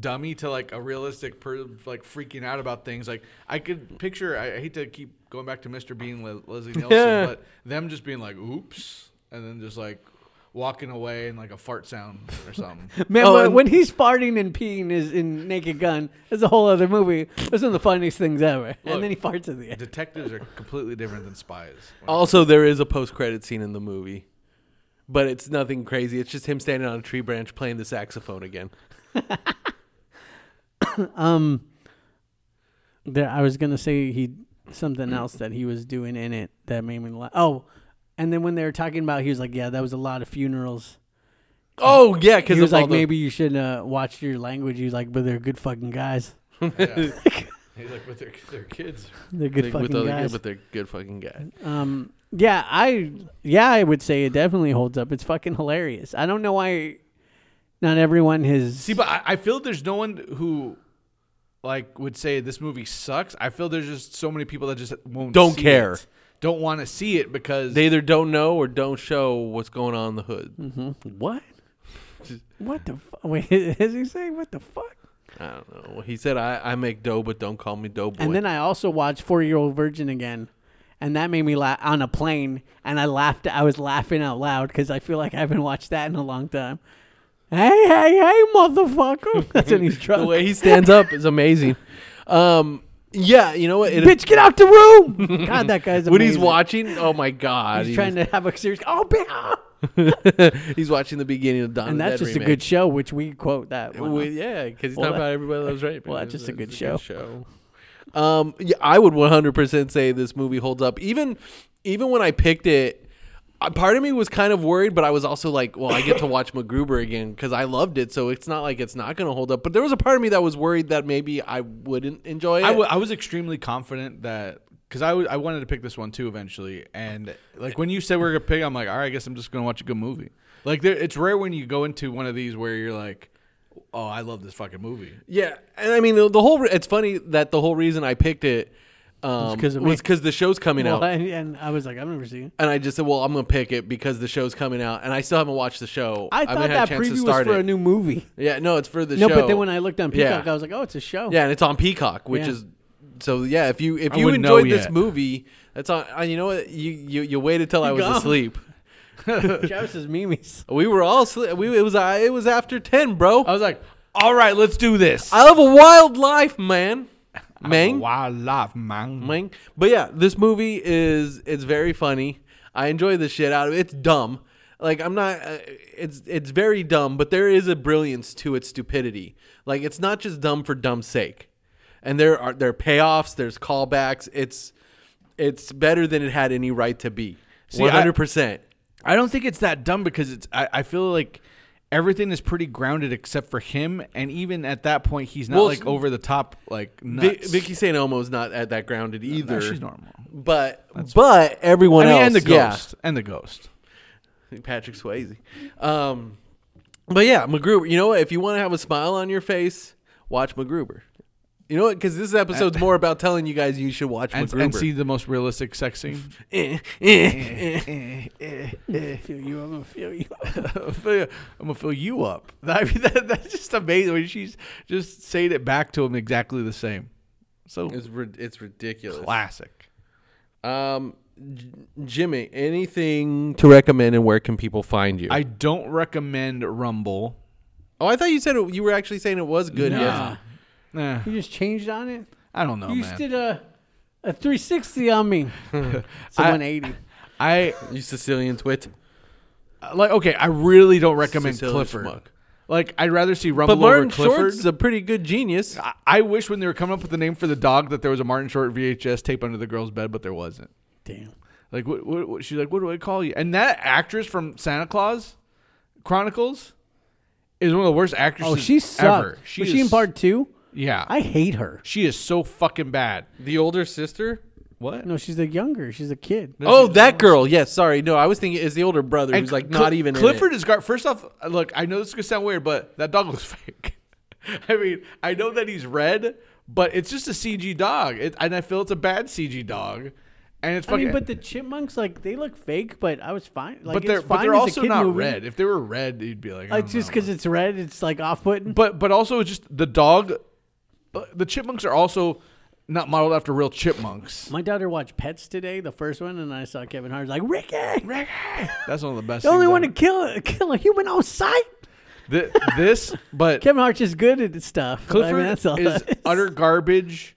S3: dummy to like a realistic per like freaking out about things. Like I could picture. I, I hate to keep going back to Mr. Bean, Le- Leslie Nielsen,
S2: Yeah.
S3: but them just being like, "Oops," and then just like walking away and like a fart sound or something.
S4: Man,
S2: Oh,
S4: when,
S2: and-
S4: when he's farting and peeing is in Naked Gun, it's a whole other movie. It's one of the funniest things ever.
S3: Look.
S4: and then he farts at the end.
S3: Detectives are completely different than spies.
S2: also there is a post-credit scene in the movie but it's nothing crazy it's just him standing on a tree branch playing the saxophone again
S4: There, I was gonna say he something else that he was doing in it that made me laugh. Oh, and then when they were talking about, he was like, "Yeah, that was a lot of funerals."
S2: oh yeah because
S4: He was like,
S2: the,
S4: "Maybe you should uh, watch your language." He was like, "But they're good fucking guys.
S3: Yeah. He's like with their, their kids.
S4: They're good
S2: like,
S4: fucking
S2: with other good
S4: guys."
S2: but they're good fucking guy
S4: Um, yeah, I yeah, I would say it definitely holds up. It's fucking hilarious. I don't know why not everyone has.
S3: See, but I, I feel there's no one who like would say this movie sucks. I feel there's just so many people that just won't
S2: Don't
S3: see
S2: care.
S3: it, don't want to see it because
S2: they either don't know or don't show what's going on in the hood
S4: Hmm. what? What the fuck? Wait, is he saying what the fuck?
S2: I don't know. He said I, I make dough, but don't call me dough boy.
S4: And then I also watched Four Year Old Virgin again, and that made me laugh on a plane. And I laughed. I was laughing out loud because I feel like I haven't watched that in a long time. Hey, hey, hey, motherfucker! That's when he's
S2: the
S4: drunk.
S2: way he stands up is amazing. Um, yeah, you know what? It,
S4: Bitch, get out the room! God, that guy's amazing.
S2: when he's watching, oh my god,
S4: he's trying to have a serious. Oh, be- ah!
S2: he's watching the beginning of Don.
S4: and that's just a good show, which we quote that. one
S2: We,
S4: off.
S2: yeah, because he's
S4: Well,
S2: talking
S4: that-
S2: about everybody loves rape.
S4: well, that's just a
S2: It's
S4: good
S2: show. Um, yeah, I would 100% say this movie holds up. Even even when I picked it, uh, part of me was kind of worried, but I was also like, well, I get to watch MacGruber again because I loved it, so it's not like it's not going to hold up. But there was a part of me that was worried that maybe I wouldn't enjoy it.
S3: I, w- I was extremely confident that because I w- I wanted to pick this one too eventually, and like when you said we are gonna pick, I'm like, all right, I guess I'm just gonna watch a good movie. Like there, it's rare when you go into one of these where you're like, oh, I love this fucking movie.
S2: Yeah, and I mean the, the whole. Re- it's funny that the whole reason I picked it um,
S4: 'cause of
S2: was
S4: me.
S2: because the show's coming
S4: Well,
S2: out,
S4: and, and I was like, I've never seen. it.
S2: and I just said, "Well, I'm gonna pick it because the show's coming out," and I still haven't watched the show.
S4: I
S2: haven't
S4: thought
S2: had a
S4: that
S2: chance to
S4: preview was
S2: start
S4: for
S2: it.
S4: a new movie.
S2: yeah, no, it's for the
S4: No,
S2: show.
S4: but then when I looked on
S2: Yeah.
S4: Peacock, I was like, oh, it's a show.
S2: yeah, and it's on Peacock, which
S4: Yeah.
S2: is so yeah. If you if
S3: I
S2: you
S3: wouldn't know
S2: enjoyed this
S3: yet.
S2: movie, that's on. uh, You know what? You you you waited till I was
S4: gone.
S2: asleep.
S4: Travis's memes.
S2: We were all asleep. We, it was uh, it was after ten, bro.
S3: I was like, all right, let's do this.
S2: I live a wild life, man. Man.
S3: wild life, man.
S2: Wing. But yeah, this movie is it's very funny. I enjoy the shit out of it. It's dumb. Like I'm not. Uh, it's it's very dumb, but there is a brilliance to its stupidity. Like it's not just dumb for dumb's sake. And there are there are payoffs. There's callbacks. It's it's better than it had any right to be.
S3: I-
S2: One hundred percent.
S3: I don't think it's that dumb because it's. I, I feel like everything is pretty grounded except for him, and even at that point, he's not
S2: Well,
S3: like
S2: s-
S3: over the top like
S2: Vi-
S3: nuts.
S2: Vicky St. Elmo's not at that grounded either.
S3: she's normal.
S2: But but everyone
S3: I mean,
S2: else
S3: and the
S2: yeah.
S3: ghost, and the ghost.
S2: Patrick Swayze. Um, but yeah, MacGruber. You know what? If you want to have a smile on your face, watch MacGruber. You know what? Because this episode's more about telling you guys you should watch
S3: And,
S2: MacGruber. Eh,
S3: and see the most realistic sex scene. Eh,
S4: feel you. I'm gonna feel you.
S3: I'm gonna fill you up. I mean, that, that's just amazing. When she's just saying it back to him exactly the same. So
S2: it's rid- it's ridiculous.
S3: classic.
S2: Um, J- Jimmy, anything to recommend, and where can people find you?
S3: I don't recommend Rumble.
S2: oh, I thought you said it, you were actually saying it was good.
S3: Nah.
S4: Ah.
S2: Yes.
S3: Eh,
S4: You just changed on it.
S3: I don't know,
S4: you
S3: Oh, man.
S4: just did a a 360 on me. It's a 180.
S3: I
S2: You Sicilian twit.
S3: like okay. I really don't recommend
S2: Sicilian
S3: Clifford.
S2: schmuck.
S3: Like I'd rather see Rumble
S2: But
S3: over
S2: Martin
S3: Clifford.
S2: Short's a pretty good genius.
S3: I- I wish when they were coming up with the name for the dog that there was a Martin Short VHS tape under the girl's bed, but there wasn't.
S4: Damn.
S3: Like what, what, what she's like, what do I call you? And that actress from Santa Claus Chronicles is one of the worst actresses
S4: Oh, she
S3: ever.
S4: sucked. was she
S3: is-
S4: in part two?
S3: Yeah,
S4: I hate her.
S3: she is so fucking bad.
S2: The older sister.
S3: What?
S4: No, she's the younger. She's a kid.
S2: Oh, that girl. Yes, sorry. No, I was thinking it's the older brother who's like
S3: Cl-
S2: not even. in it.
S3: Clifford is gar- first off. Look, I know this is gonna sound weird, but that dog looks fake. I mean, I know that he's red, but it's just a CG dog, it, and I feel it's a bad CG dog. And it's
S4: I
S3: fucking.
S4: mean, but the chipmunks like they look fake, but I was fine. Like,
S3: but they're
S4: it's
S3: but
S4: fine
S3: they're
S4: as a
S3: also
S4: kid
S3: not
S4: movie.
S3: red. If they were red, you'd be like, I
S4: It's
S3: don't
S4: just
S3: know.
S4: because it's red, it's like off-putting.
S3: But but also it's just the dog. But the chipmunks are also not modeled after real chipmunks.
S4: My daughter watched Pets today, the first one, and I saw Kevin Hart's like Ricky, Ricky,
S3: That's one of the best.
S4: the only
S3: things
S4: one to
S3: ever.
S4: kill kill a human on sight.
S3: Th- this, but
S4: Kevin Hart's just good at this stuff. but I mean,
S3: Clifford
S4: that's all
S3: is
S4: that is.
S3: utter garbage.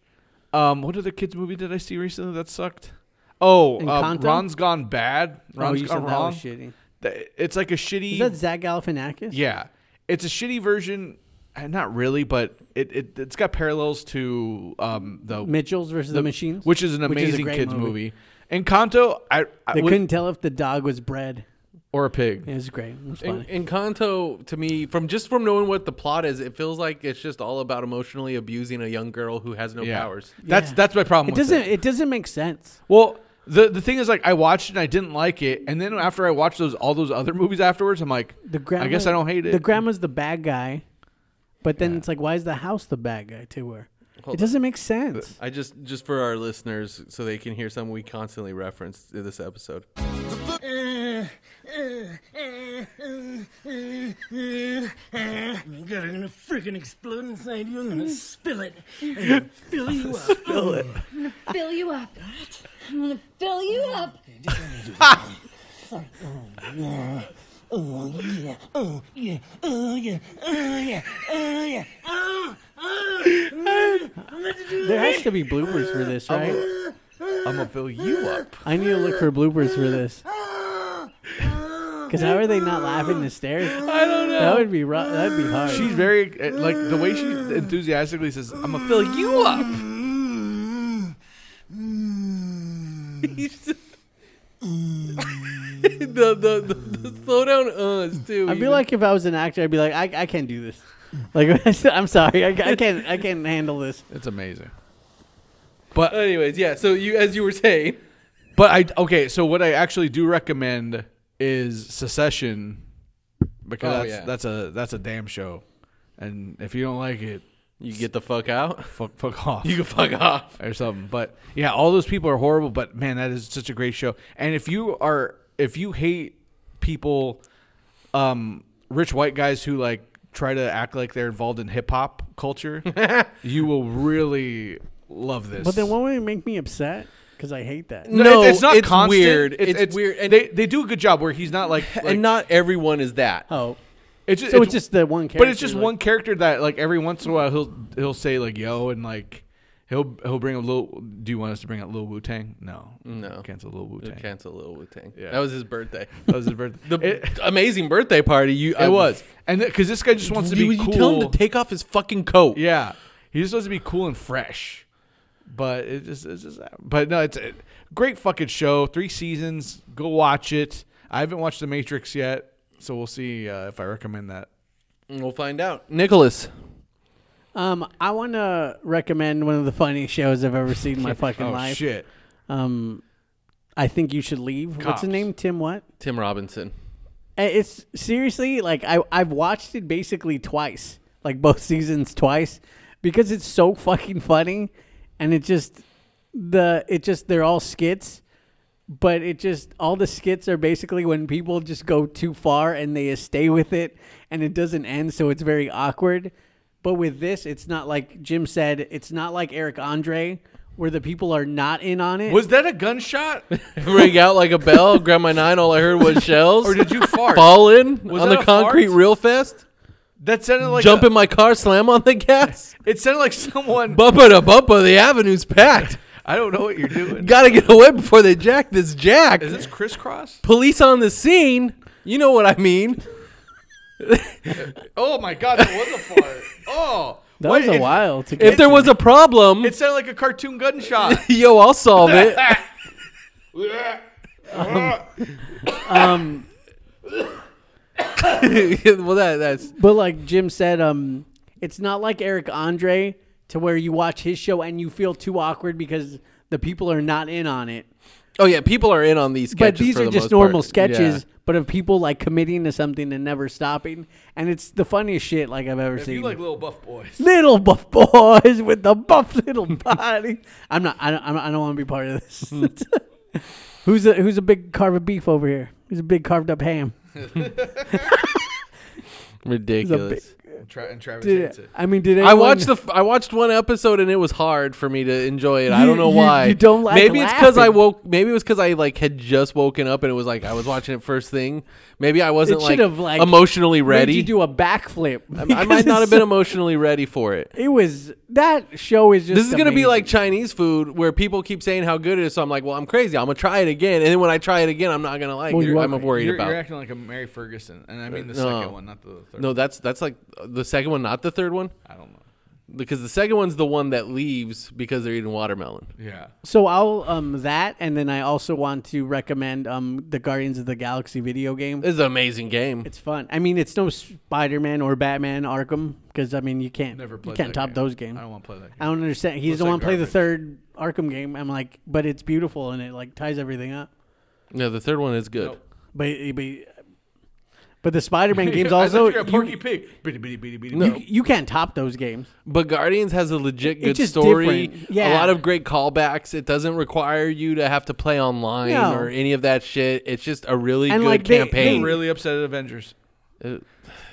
S3: Um, what other kids movie did I see recently that sucked? Oh, uh,
S4: Encanto?
S3: Ron's gone bad.
S4: Oh,
S3: Ron's
S4: you
S3: gone
S4: said that
S3: wrong.
S4: was shitty.
S3: Th- It's like a shitty.
S4: Is that Zach Galifianakis?
S3: Yeah, it's a shitty version. eh, Not really, but it, it it's got parallels to um, the
S4: Mitchell's versus the, Machines,
S3: which is an
S4: a
S3: amazing
S4: great
S3: kids movie. Encanto, I, I
S4: They
S3: would-
S4: couldn't tell if the dog was bred.
S3: or a pig.
S4: It was great. It was
S2: In,
S4: funny.
S2: Encanto, to me, from just from knowing what the plot is, it feels like it's just all about emotionally abusing a young girl who has no
S3: Yeah.
S2: powers.
S3: That's
S4: Yeah.
S3: that's my problem.
S4: it
S3: with
S4: doesn't. It doesn't make sense.
S3: Well, the the thing is, like, I watched it and I didn't like it, and then after I watched those all those other movies afterwards, I'm like,
S4: The grandma.
S3: I guess I don't hate it.
S4: The grandma's the bad guy, but then it's like, why is the house the bad guy to her? it doesn't make sense.
S2: I just just for our listeners, so they can hear something we constantly reference in this episode.
S6: You got it gonna freaking explode inside you. I'm gonna spill it. I'm gonna fill you up.
S7: fill you up. I'm gonna fill you up.
S6: Oh yeah. Oh yeah. Oh yeah. Oh yeah. Oh yeah. Oh. Oh. I'm about to do
S4: There has to be bloopers for this, right?
S3: I'm gonna fill you up.
S4: I need to look for bloopers for this. Because how are they not laughing hysterically? I don't know. That would be rough. That'd be hard.
S3: She's very eh, like the way she enthusiastically says, "I'm gonna fill you up."
S2: the, the, the, the slowdown uhs too.
S4: I feel like if I was an actor, I'd be like, I, I can't do this. Like I'm sorry, I, I can't I can't handle this.
S3: It's amazing. But
S2: Anyways, yeah. So you, as you were saying,
S3: But I okay. So what I actually do recommend is Secession because
S2: Oh,
S3: that's,
S2: yeah.
S3: that's a that's a damn show, and if you don't like it,
S2: you get the fuck out.
S3: fuck fuck off
S2: You can fuck off.
S3: or something. But yeah, all those people are horrible. But man, that is such a great show. And if you are if you hate people, um, rich white guys who like try to act like they're involved in hip hop culture, you will really love this.
S4: But then what would it make me upset? Because I hate that.
S3: No,
S2: No,
S3: it's, it's not
S2: it's
S3: constant.
S2: weird. It's weird. And-
S3: they they do a good job where he's not like, like-
S2: and not everyone is that.
S4: Oh,
S3: It's just,
S4: so it's just the one character.
S3: but it's just
S4: like-
S3: one character that like every once in a while he'll he'll say like yo and like he'll he'll bring a little. Do you want us to bring out Lil Wu Tang? No,
S2: No.
S3: cancel Lil Wu Tang.
S2: Cancel Lil Wu Tang.
S3: Yeah.
S2: That was his birthday.
S3: That was his birthday.
S2: The
S3: it, it
S2: amazing birthday party. You, I-
S3: was, and because this guy just wants to be
S2: you,
S3: cool.
S2: you tell him to take off his fucking coat.
S3: yeah, he just wants to be cool and fresh. But it just it's just but no, it's a great fucking show. Three seasons. Go watch it. I haven't watched The Matrix yet. So we'll see uh, if I recommend that.
S2: And We'll find out. Nicholas.
S4: Um, I want to recommend one of the funniest shows I've ever seen in my fucking
S3: oh
S4: life.
S3: shit!
S4: Um, I think you should leave. What's the
S3: Cops.
S4: name? Tim what?
S2: Tim Robinson.
S4: Uh, It's seriously like I I've watched it basically twice, like both seasons twice, because it's so fucking funny, and it just the it just they're all skits, but it just all the skits are basically when people just go too far and they stay with it and it doesn't end, so it's very awkward. But with this, it's not like Jim said. It's not like Eric Andre, where the people are not in on it.
S3: Was that a gunshot?
S2: Ring out like a bell. Grab my nine. All I heard was shells.
S3: Or did you fart?
S2: fall in
S3: Was
S2: on
S3: that
S2: the
S3: a
S2: concrete
S3: fart?
S2: real fast?
S3: That sounded like
S2: Jump
S3: a-
S2: in my car. Slam on the gas.
S3: It sounded like someone.
S2: Bumpa to bumpa. The avenue's packed.
S3: I don't know what you're doing.
S2: Gotta get away before they jack this jack.
S3: Is this crisscross?
S2: Police on the scene. You know what I mean.
S3: Oh my god, that was a fart. Oh,
S4: that
S3: Why-
S4: was a
S3: it-
S4: while to get.
S2: If there was a problem,
S3: It sounded like a cartoon gunshot.
S2: yo, I'll solve it.
S4: Um,
S2: well, that that's
S4: But like Jim said, um, it's not like Eric Andre to where you watch his show and you feel too awkward because the people are not in on it.
S2: Oh yeah, people are in on these sketches.
S4: but these
S2: for
S4: are
S2: the
S4: just
S2: most part.
S4: normal sketches,
S2: Yeah.
S4: but of people like committing to something and never stopping, and it's the funniest shit like I've ever
S3: if
S4: seen.
S3: you like little buff boys,
S4: little buff boys with the buff little body. I'm not. I don't. I'm not- I don't want to be part of this.
S2: Hmm.
S4: who's a Who's a big carve of beef over here? Who's a big carved up ham?
S2: Ridiculous.
S3: and, Tra- and Travis
S4: Did-
S3: hates it.
S4: I mean, did
S2: I
S4: anyone-
S2: watched the f- I watched one episode and it was hard for me to enjoy it. I
S4: You-
S2: don't know
S4: you-
S2: why.
S4: you don't like
S2: Maybe it's because I
S4: laughing.
S2: woke. Maybe it was because I like had just woken up and it was like I was watching it first thing. Maybe I wasn't
S4: It should
S2: like,
S4: have, like,
S2: emotionally
S4: made
S2: ready.
S4: You do a backflip.
S2: I might not have been emotionally ready for it.
S4: It was that show is just.
S2: This is gonna be
S4: amazing.
S2: like Chinese food where people keep saying how good it is. So I'm like, well, I'm crazy. I'm gonna try it again, and then when I try it again, I'm not gonna like
S4: Well,
S2: it.
S4: you are
S2: I'm
S4: crazy.
S2: worried
S3: You're,
S2: about.
S3: you're acting like a Mary Ferguson, and I mean the
S2: no.
S3: second one, not the third.
S2: no, that's that's like the second one, not the third one.
S3: I don't know.
S2: because the second one's the one that leaves because they're eating watermelon.
S3: Yeah,
S4: So I'll um that, and then I also want to recommend um the Guardians of the Galaxy video game.
S2: This is an amazing game.
S4: It's fun. I mean, it's no Spider Man or Batman Arkham because I mean you can't
S3: never played.
S4: you can't
S3: that
S4: top
S3: game.
S4: those games. Uh,
S3: I don't want to play that.
S4: I
S3: Game.
S4: don't understand. He
S3: Looks
S4: doesn't
S3: like
S4: want to play the
S3: garbage.
S4: third Arkham game. I'm like, but it's beautiful and it like ties everything up.
S2: no, the third one is good.
S3: Nope.
S4: But eh, but, but the Spider Man games
S3: I
S4: also
S3: thought you were a Porky
S4: you,
S3: Pig. Bitty bitty bitty bitty.
S4: you, you can't top those games.
S2: But Guardians has a legit good
S4: just
S2: story.
S4: different.
S2: A
S4: Yeah.
S2: lot of great callbacks. It doesn't require you to have to play online
S4: No.
S2: or any of that shit. It's just a really
S4: And,
S2: good
S4: like, they-
S3: I'm
S2: campaign.
S3: really upset at Avengers.
S2: Uh,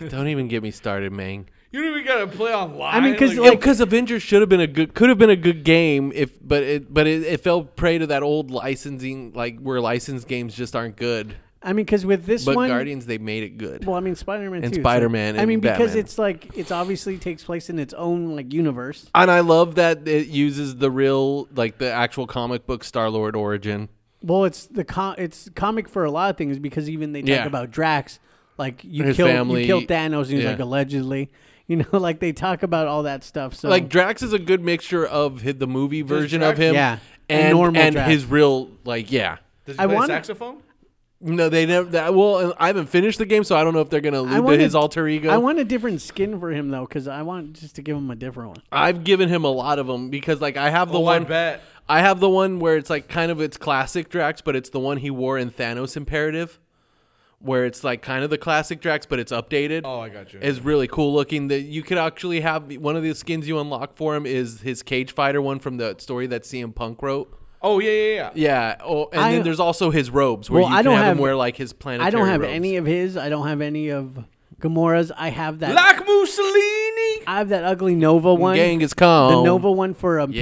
S2: Don't even get me started, man.
S3: You don't even gotta play online.
S4: I mean, 'cause,
S2: Like,
S4: Like-
S2: because Avengers should have been a good, could have been a good game if, but it, but it, it fell prey to that old licensing, like where licensed games just aren't good.
S4: I mean, because with this
S2: But
S4: one,
S2: Guardians, they made it good.
S4: Well, I mean, Spider Man
S2: And
S4: too. so-
S2: Spider-Man
S4: I mean,
S2: and
S4: because
S2: Batman.
S4: it's like it's obviously takes place in its own like universe.
S2: And I love that it uses the real, like the actual comic book Star Lord origin.
S4: Well, it's the com- it's comic for a lot of things because even they talk
S2: Yeah.
S4: about Drax, like you
S2: His
S4: killed
S2: family.
S4: you killed Thanos, and he's
S2: Yeah.
S4: like allegedly, you know, like they talk about all that stuff. So
S2: Like Drax is a good mixture of hi- the movie version of
S3: Drax-
S2: him,
S4: Yeah.
S2: and
S4: And normal
S2: and
S4: Drax.
S2: his real, like, yeah.
S3: Does he
S4: I
S3: play
S4: wanna-
S3: saxophone?
S2: No, they never. That, well, I haven't finished the game, so I don't know if they're gonna
S4: I
S2: allude
S4: want
S2: to his
S4: a-
S2: alter ego.
S4: I want a different skin for him though, because I want just to give him a different one.
S2: I've given him a lot of them because, like, I have the
S3: Oh,
S2: one.
S3: I bet.
S2: I have the one where it's like kind of it's classic Drax, but it's the one he wore in Thanos Imperative, where it's like kind of the classic Drax, but it's updated.
S3: Oh, I got you.
S2: Is really cool looking. That you could actually have one of the skins you unlock for him is his Cage Fighter one from the story that CM Punk wrote.
S3: Oh yeah yeah yeah.
S2: Yeah. Oh, and
S4: I-
S2: then there's also his robes where
S4: Well,
S2: you
S4: I
S2: can
S4: don't
S2: have, him
S4: have-
S2: wear like his planetary.
S4: I don't have
S2: robes.
S4: any of his. I don't have any of Gamora's. I have that.
S3: Like Mussolini.
S4: I have that ugly Nova one.
S2: Gang is
S4: the
S2: calm.
S4: Nova one for um,
S2: Yeah.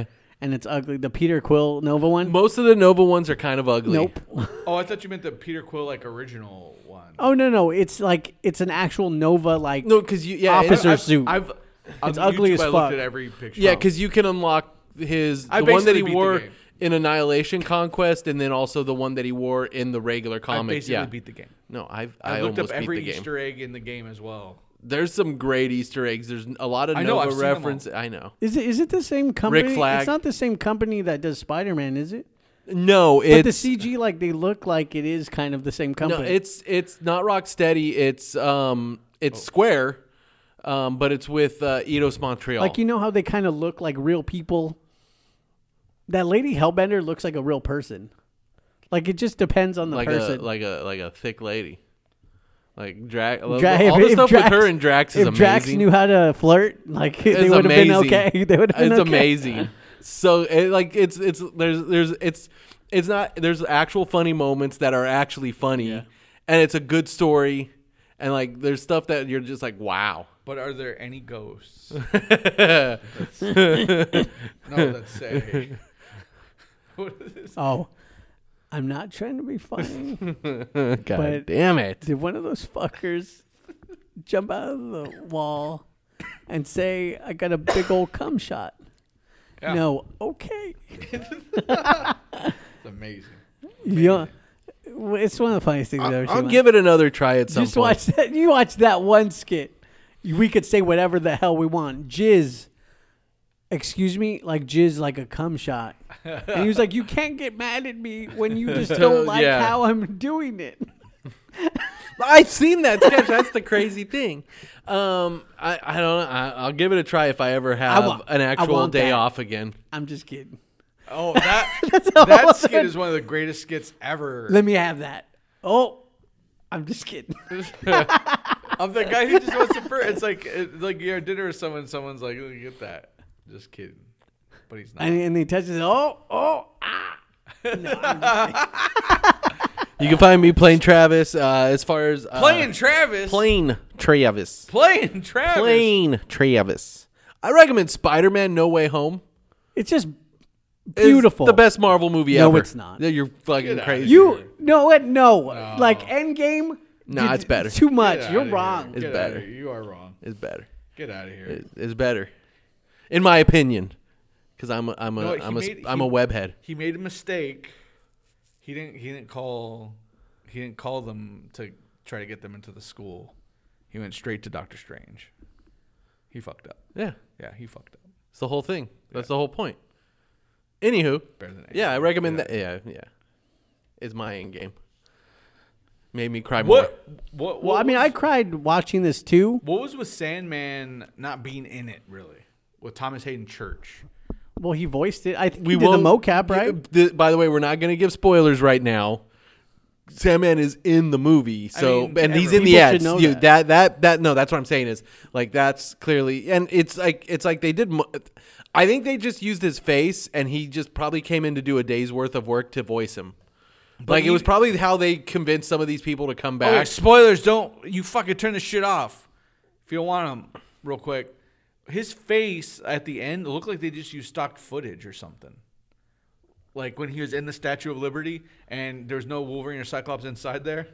S4: Peter, and it's ugly. The Peter Quill Nova one.
S2: Most of the Nova ones are kind of ugly.
S4: nope.
S3: Oh, I thought you meant the Peter Quill like original one.
S4: Oh no no! It's like it's an actual Nova like
S2: No, because you yeah. and
S4: officer
S2: I've-
S4: suit.
S2: I've
S4: It's ugly as
S3: I
S4: fuck.
S3: looked at every picture.
S2: Yeah, because you can unlock his
S3: I
S2: the one that
S3: basically
S2: he
S3: beat the
S2: wore
S3: game.
S2: in Annihilation Conquest, and then also the one that he wore in the regular
S3: I
S2: comic.
S3: basically
S2: yeah.
S3: beat the game.
S2: no, I've, I,
S3: I, looked up
S2: almost beat
S3: every
S2: the game.
S3: Easter egg in the game as well.
S2: There's some great Easter eggs. There's a lot of
S3: I know,
S2: Nova
S3: I've seen them all.
S2: reference. I know.
S4: Is it is it the same company?
S2: Flag.
S4: It's not the same company that does Spider Man, is it?
S2: No,
S4: But
S2: it's
S4: the CG, like they look like it is kind of the same
S2: no,
S4: company.
S2: it's it's not Rocksteady. It's um,
S3: Oh.
S2: it's Square, um, but it's with uh, Eidos Montreal.
S4: like you know how they kind of look like real people. That lady Hellbender looks like a real person. Like it just depends on the
S2: like
S4: person.
S2: a like a like a thick lady, like Drax.
S4: Dra-
S2: all
S4: if-
S2: the
S4: if
S2: stuff
S4: Drax-
S2: with her and Drax is
S4: if
S2: amazing.
S4: Drax knew how to flirt, like they
S2: It's
S4: would have been
S2: amazing.
S4: okay. They would have been
S2: it's
S4: okay.
S2: amazing. So it, like it's it's there's there's it's it's not there's actual funny moments that are actually funny, and it's a good story, and like there's stuff that you're just like wow.
S3: But are there any ghosts? no, let's say.
S4: Oh, I'm not trying to be funny.
S2: God
S4: But-
S2: damn it!
S4: Did one of those fuckers jump out of the wall and say, I got a big old cum shot? No, okay.
S3: It's amazing.
S4: Yeah. It's one of the funniest things I've ever
S2: I'll
S4: seen.
S2: give it another try at some
S4: Just
S2: point.
S4: watch that. You watch that one skit. We could say whatever the hell we want. Jizz. Excuse me, like jizz, like a cum shot. And he was like, "You can't get mad at me when you just don't like
S2: Yeah.
S4: how I'm doing it."
S2: I've seen that sketch. That's the crazy thing. Um, I, I don't know. I, I'll give it a try if I ever have
S4: want-
S2: an
S4: I
S2: actual
S4: want
S2: day
S4: that.
S2: off again.
S4: I'm just kidding.
S3: Oh, that
S4: all
S3: that skit
S4: that-
S3: is one of the greatest skits ever.
S4: Let me have that. Oh, I'm just kidding.
S3: of the guy who just wants to flirt. It's like it's like you're at dinner with someone. Someone's like, "Look, "Get that." Just kidding. But he's not.
S4: And, and he touches it. Oh, oh, ah.
S2: You can find me playing Travis. Uh, as far as uh,
S3: Playing Travis.
S2: playing Travis.
S3: Playing Travis.
S2: Plain Travis. I recommend Spider Man No Way Home.
S4: It's just
S2: It's
S4: beautiful.
S2: the best Marvel movie
S4: No,
S2: ever.
S4: it's not.
S2: Yeah, You're fucking crazy.
S4: You no, it no. Like Endgame.
S2: Nah,
S4: did-
S2: it's better.
S4: Too much.
S3: Get
S4: You're
S3: outta
S4: wrong.
S3: Here. Get
S2: It's
S3: outta
S2: better.
S3: here. You are wrong.
S2: It's better.
S3: Get out of here.
S2: It- It's better. In my opinion. Because I'm a, I'm a,
S3: No, he
S2: am a,
S3: made-
S2: am
S3: he-
S2: a webhead.
S3: he made a mistake. He didn't. He didn't call. He didn't call them to try to get them into the school. He went straight to Doctor Strange. He fucked up.
S2: Yeah.
S3: Yeah, he fucked up.
S2: It's the whole thing. That's the whole point. Anywho.
S3: Better than anything.
S2: Yeah, I recommend that. Yeah, yeah. It's my end game. Made me cry more.
S3: What? What? what
S4: Well, I mean, I
S3: was-
S4: cried watching this too.
S3: What was with Sandman not being in it really? With Thomas Hayden Church.
S4: Well, he voiced it. I think
S2: we
S4: he did the
S2: won't-
S4: mocap, right?
S2: Th- by the way, we're not going to give spoilers right now. Sandman is in the movie, so
S3: mean,
S2: and he's in
S4: everyone-
S2: the
S4: People
S2: ads.
S4: should know
S2: You-
S4: that.
S2: that. that that no, that's what I'm saying is like that's clearly, and it's like it's like they did. mo- I think they just used his face, and he just probably came in to do a day's worth of work to voice him. like it was probably how they convinced some of these people to come
S3: Oh,
S2: back.
S3: spoilers! Don't you fucking turn this shit off if you don't want them. Real quick, his face at the end looked like they just used stock footage or something. Like when he was in the Statue of Liberty and there's no Wolverine or Cyclops inside there.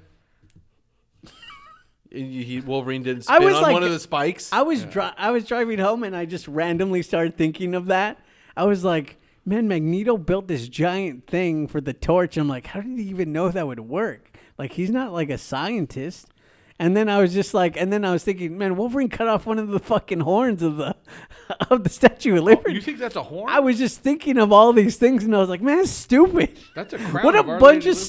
S2: He- he- Wolverine did spin
S4: I was
S2: on
S4: like-
S2: one of the spikes.
S4: I was dri- I was driving home and I just randomly started thinking of that. I was like, man, Magneto built this giant thing for the torch. I'm like, how did he even know that would work? Like he's not like a scientist. And then I was just like, and then I was thinking, man, Wolverine cut off one of the fucking horns of the of the Statue of Liberty.
S3: Oh, You think that's a horn?
S4: I was just thinking of all these things, and I was like, man, that's stupid.
S3: That's a crown
S4: What a
S3: of Our
S4: bunch
S3: Lady
S4: of
S3: Liberty.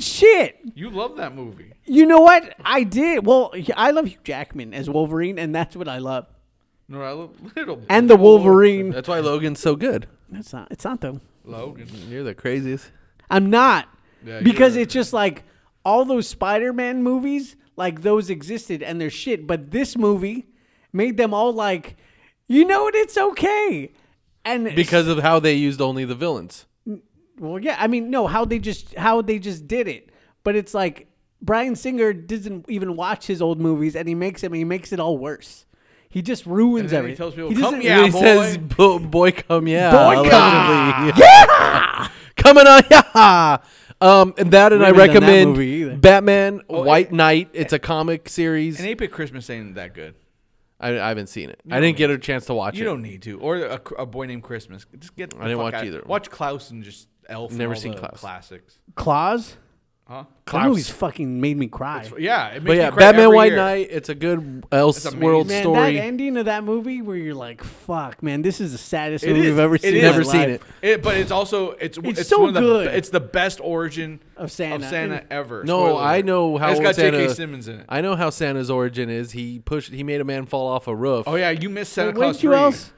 S4: stupid shit.
S3: you love that movie.
S4: You know what? I did. Well, I love Hugh Jackman as Wolverine, and that's what I love.
S3: No, I love little
S4: And the Wolverine.
S2: that's why Logan's so good.
S4: That's not. It's not though.
S3: Logan.
S2: You're the craziest.
S4: I'm not.
S3: Yeah,
S4: because
S3: you're-
S4: it's just like all those Spider-Man movies, like those existed and they're shit. But this movie made them all like, you know what? It's okay. And
S2: because of how they used only the villains.
S4: Well, yeah, I mean, no, how they just how they just did it, but it's like Brian Singer doesn't even watch his old movies, and he makes him, he makes it all worse. He just ruins
S3: And then he
S4: everything.
S3: tells people,
S4: He
S3: "Come
S4: doesn't-
S3: yeah,
S2: he
S3: boy."
S2: says, "Bo- "Boy, come yeah,
S4: Boy,
S2: allegedly. coming on yeah." Um, and that, and
S4: We
S2: I
S4: haven't done that
S2: recommend
S4: movie either.
S2: Batman
S3: Oh,
S2: White Knight. It's a comic series.
S3: An Ape at Christmas ain't that good.
S2: I, I haven't seen it. I didn't get a chance to watch
S3: You
S2: it.
S3: don't need to. Or a, a boy named Christmas. Just get. I
S2: didn't watch either.
S3: Watch Klaus and just Elf. and
S2: Never
S3: all
S2: seen
S3: the
S2: Klaus.
S3: Classics.
S4: Claws. That movie's fucking made me cry.
S3: Yeah, it
S2: But
S3: makes
S2: yeah,
S3: me cry
S2: Batman
S3: every
S2: White
S3: year.
S2: Knight. It's a good else
S3: amazing.
S2: world
S4: Man,
S2: story.
S4: that ending of that movie where you're like, "Fuck, man, this is the saddest
S3: It
S4: movie
S3: is.
S4: I've ever
S3: It
S4: seen." in
S3: is.
S4: my
S2: Never seen
S4: life."
S2: it.
S3: It, but it's also it's
S4: It's
S3: it's,
S4: so
S3: one of the,
S4: good.
S3: It's the best origin
S4: Of Santa.
S3: ever.
S2: no,
S3: Spoiler
S2: I
S3: alert.
S2: know how
S3: It's got
S2: Santa,
S3: J.K. Simmons in it.
S2: I know how Santa's origin is. He pushed. He made a man fall off a roof.
S3: oh yeah, you missed Santa
S4: Wait,
S3: Claus
S4: weren't you
S3: three.
S4: else?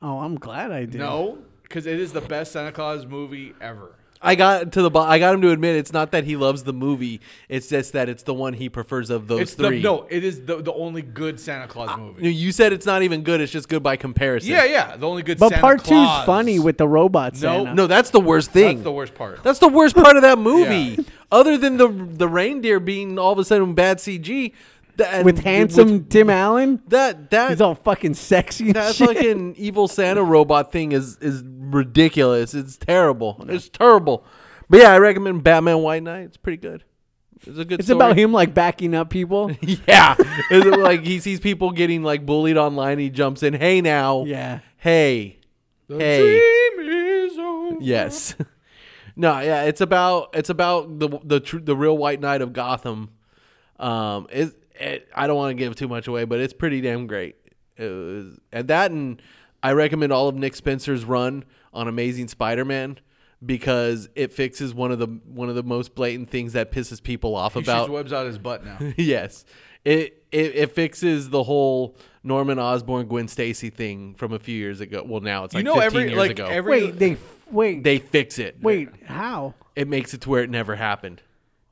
S4: Oh, I'm glad I did.
S3: No, because it is the best Santa Claus movie ever.
S2: I got to the. bo- I got him to admit it's not that he loves the movie. It's just that it's the one he prefers of those
S3: It's
S2: three. Ah,
S3: the no. It is the the only good Santa Claus movie.
S2: No, you said it's not even good. It's just good by comparison.
S3: yeah, yeah, the only good.
S4: but
S3: Santa
S4: part
S3: Claus.
S4: two's funny with the robot
S3: No,
S4: Santa.
S2: No, that's the worst thing.
S3: That's the worst part.
S2: That's the worst part of that movie. Other than the the reindeer being all of a sudden bad CG, that, and
S4: with handsome
S2: with-
S4: Tim Allen.
S2: that that
S4: He's all fucking sexy. And
S2: that
S4: shit.
S2: fucking evil Santa robot thing is is ridiculous. It's terrible. It's terrible. But yeah, I recommend Batman White Knight. It's pretty good. It's a good.
S4: it's about
S2: story.
S4: him like backing up people.
S2: Yeah, It's like he sees people getting like bullied online. He jumps in. Hey now.
S4: Yeah.
S2: Hey. hey.
S3: Dream is over.
S2: Yes. No, yeah, it's about it's about the the tr- the real White Knight of Gotham. Um, it, it I don't want to give too much away, but it's pretty damn great. It was, and that, and I recommend all of Nick Spencer's run on Amazing Spider-Man because it fixes one of the one of the most blatant things that pisses people off
S3: He
S2: about
S3: shoots webs out his butt now.
S2: yes. It, it it fixes the whole Norman Osborn Gwen Stacy thing from a few years ago. Well, now it's
S3: you
S2: like
S3: know
S2: 15
S3: every
S2: years
S3: like
S2: ago.
S3: every
S4: Wait, they wait,
S2: they fix it.
S4: wait. How?
S2: It makes it to where it never happened.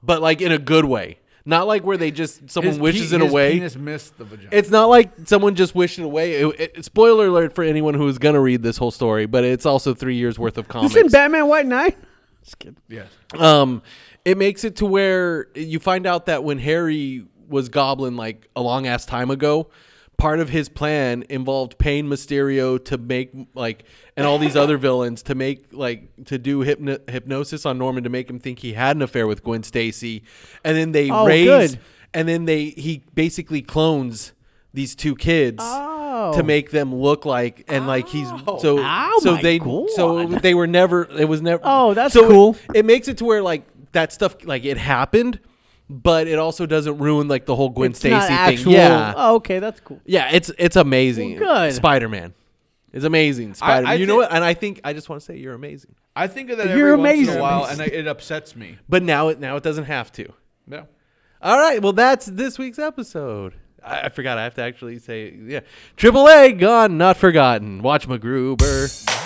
S2: But like in a good way. Not like where they just someone
S3: his
S2: wishes
S3: pe-
S2: it
S3: his
S2: away.
S3: Penis missed the vagina.
S2: It's not like someone just wished it away. It- it- spoiler alert for anyone who is going to read this whole story, but it's also 3 years worth of comics.
S4: This in Batman White Knight. Just kidding.
S3: yes.
S2: Um, it makes it to where you find out that when Harry was Goblin like a long ass time ago, part of his plan involved paying Mysterio to make like and all these other villains to make like to do hypno- hypnosis on Norman to make him think he had an affair with Gwen Stacy, and then they
S4: Oh,
S2: raise
S4: good.
S2: and then they he basically clones these two kids to make them look like and like he's so
S4: Oh
S2: so
S4: my
S2: they so
S4: God.
S2: they were never it was never
S4: Oh, that's
S2: so it-
S4: cool.
S2: It, makes it to where like that stuff like it happened, but it also doesn't ruin like the whole Gwen
S4: It's
S2: Stacy
S4: not
S2: thing.
S4: actual-
S2: Yeah,
S4: Oh, okay, that's cool.
S2: yeah, it's it's amazing.
S4: Well, good.
S2: Spider Man. It's amazing, Spider.
S3: I
S2: Man. You know
S3: thi-
S2: what? And I think I just want to say you're amazing.
S3: I think of that
S4: You're
S3: every once in
S4: amazing.
S3: a while, and I, it upsets me.
S2: But now it now it doesn't have to.
S3: Yeah.
S2: All right. Well, that's this week's episode. I, I forgot. I have to actually say yeah. Triple A gone, not forgotten. Watch MacGruber.
S6: Oh, Oh,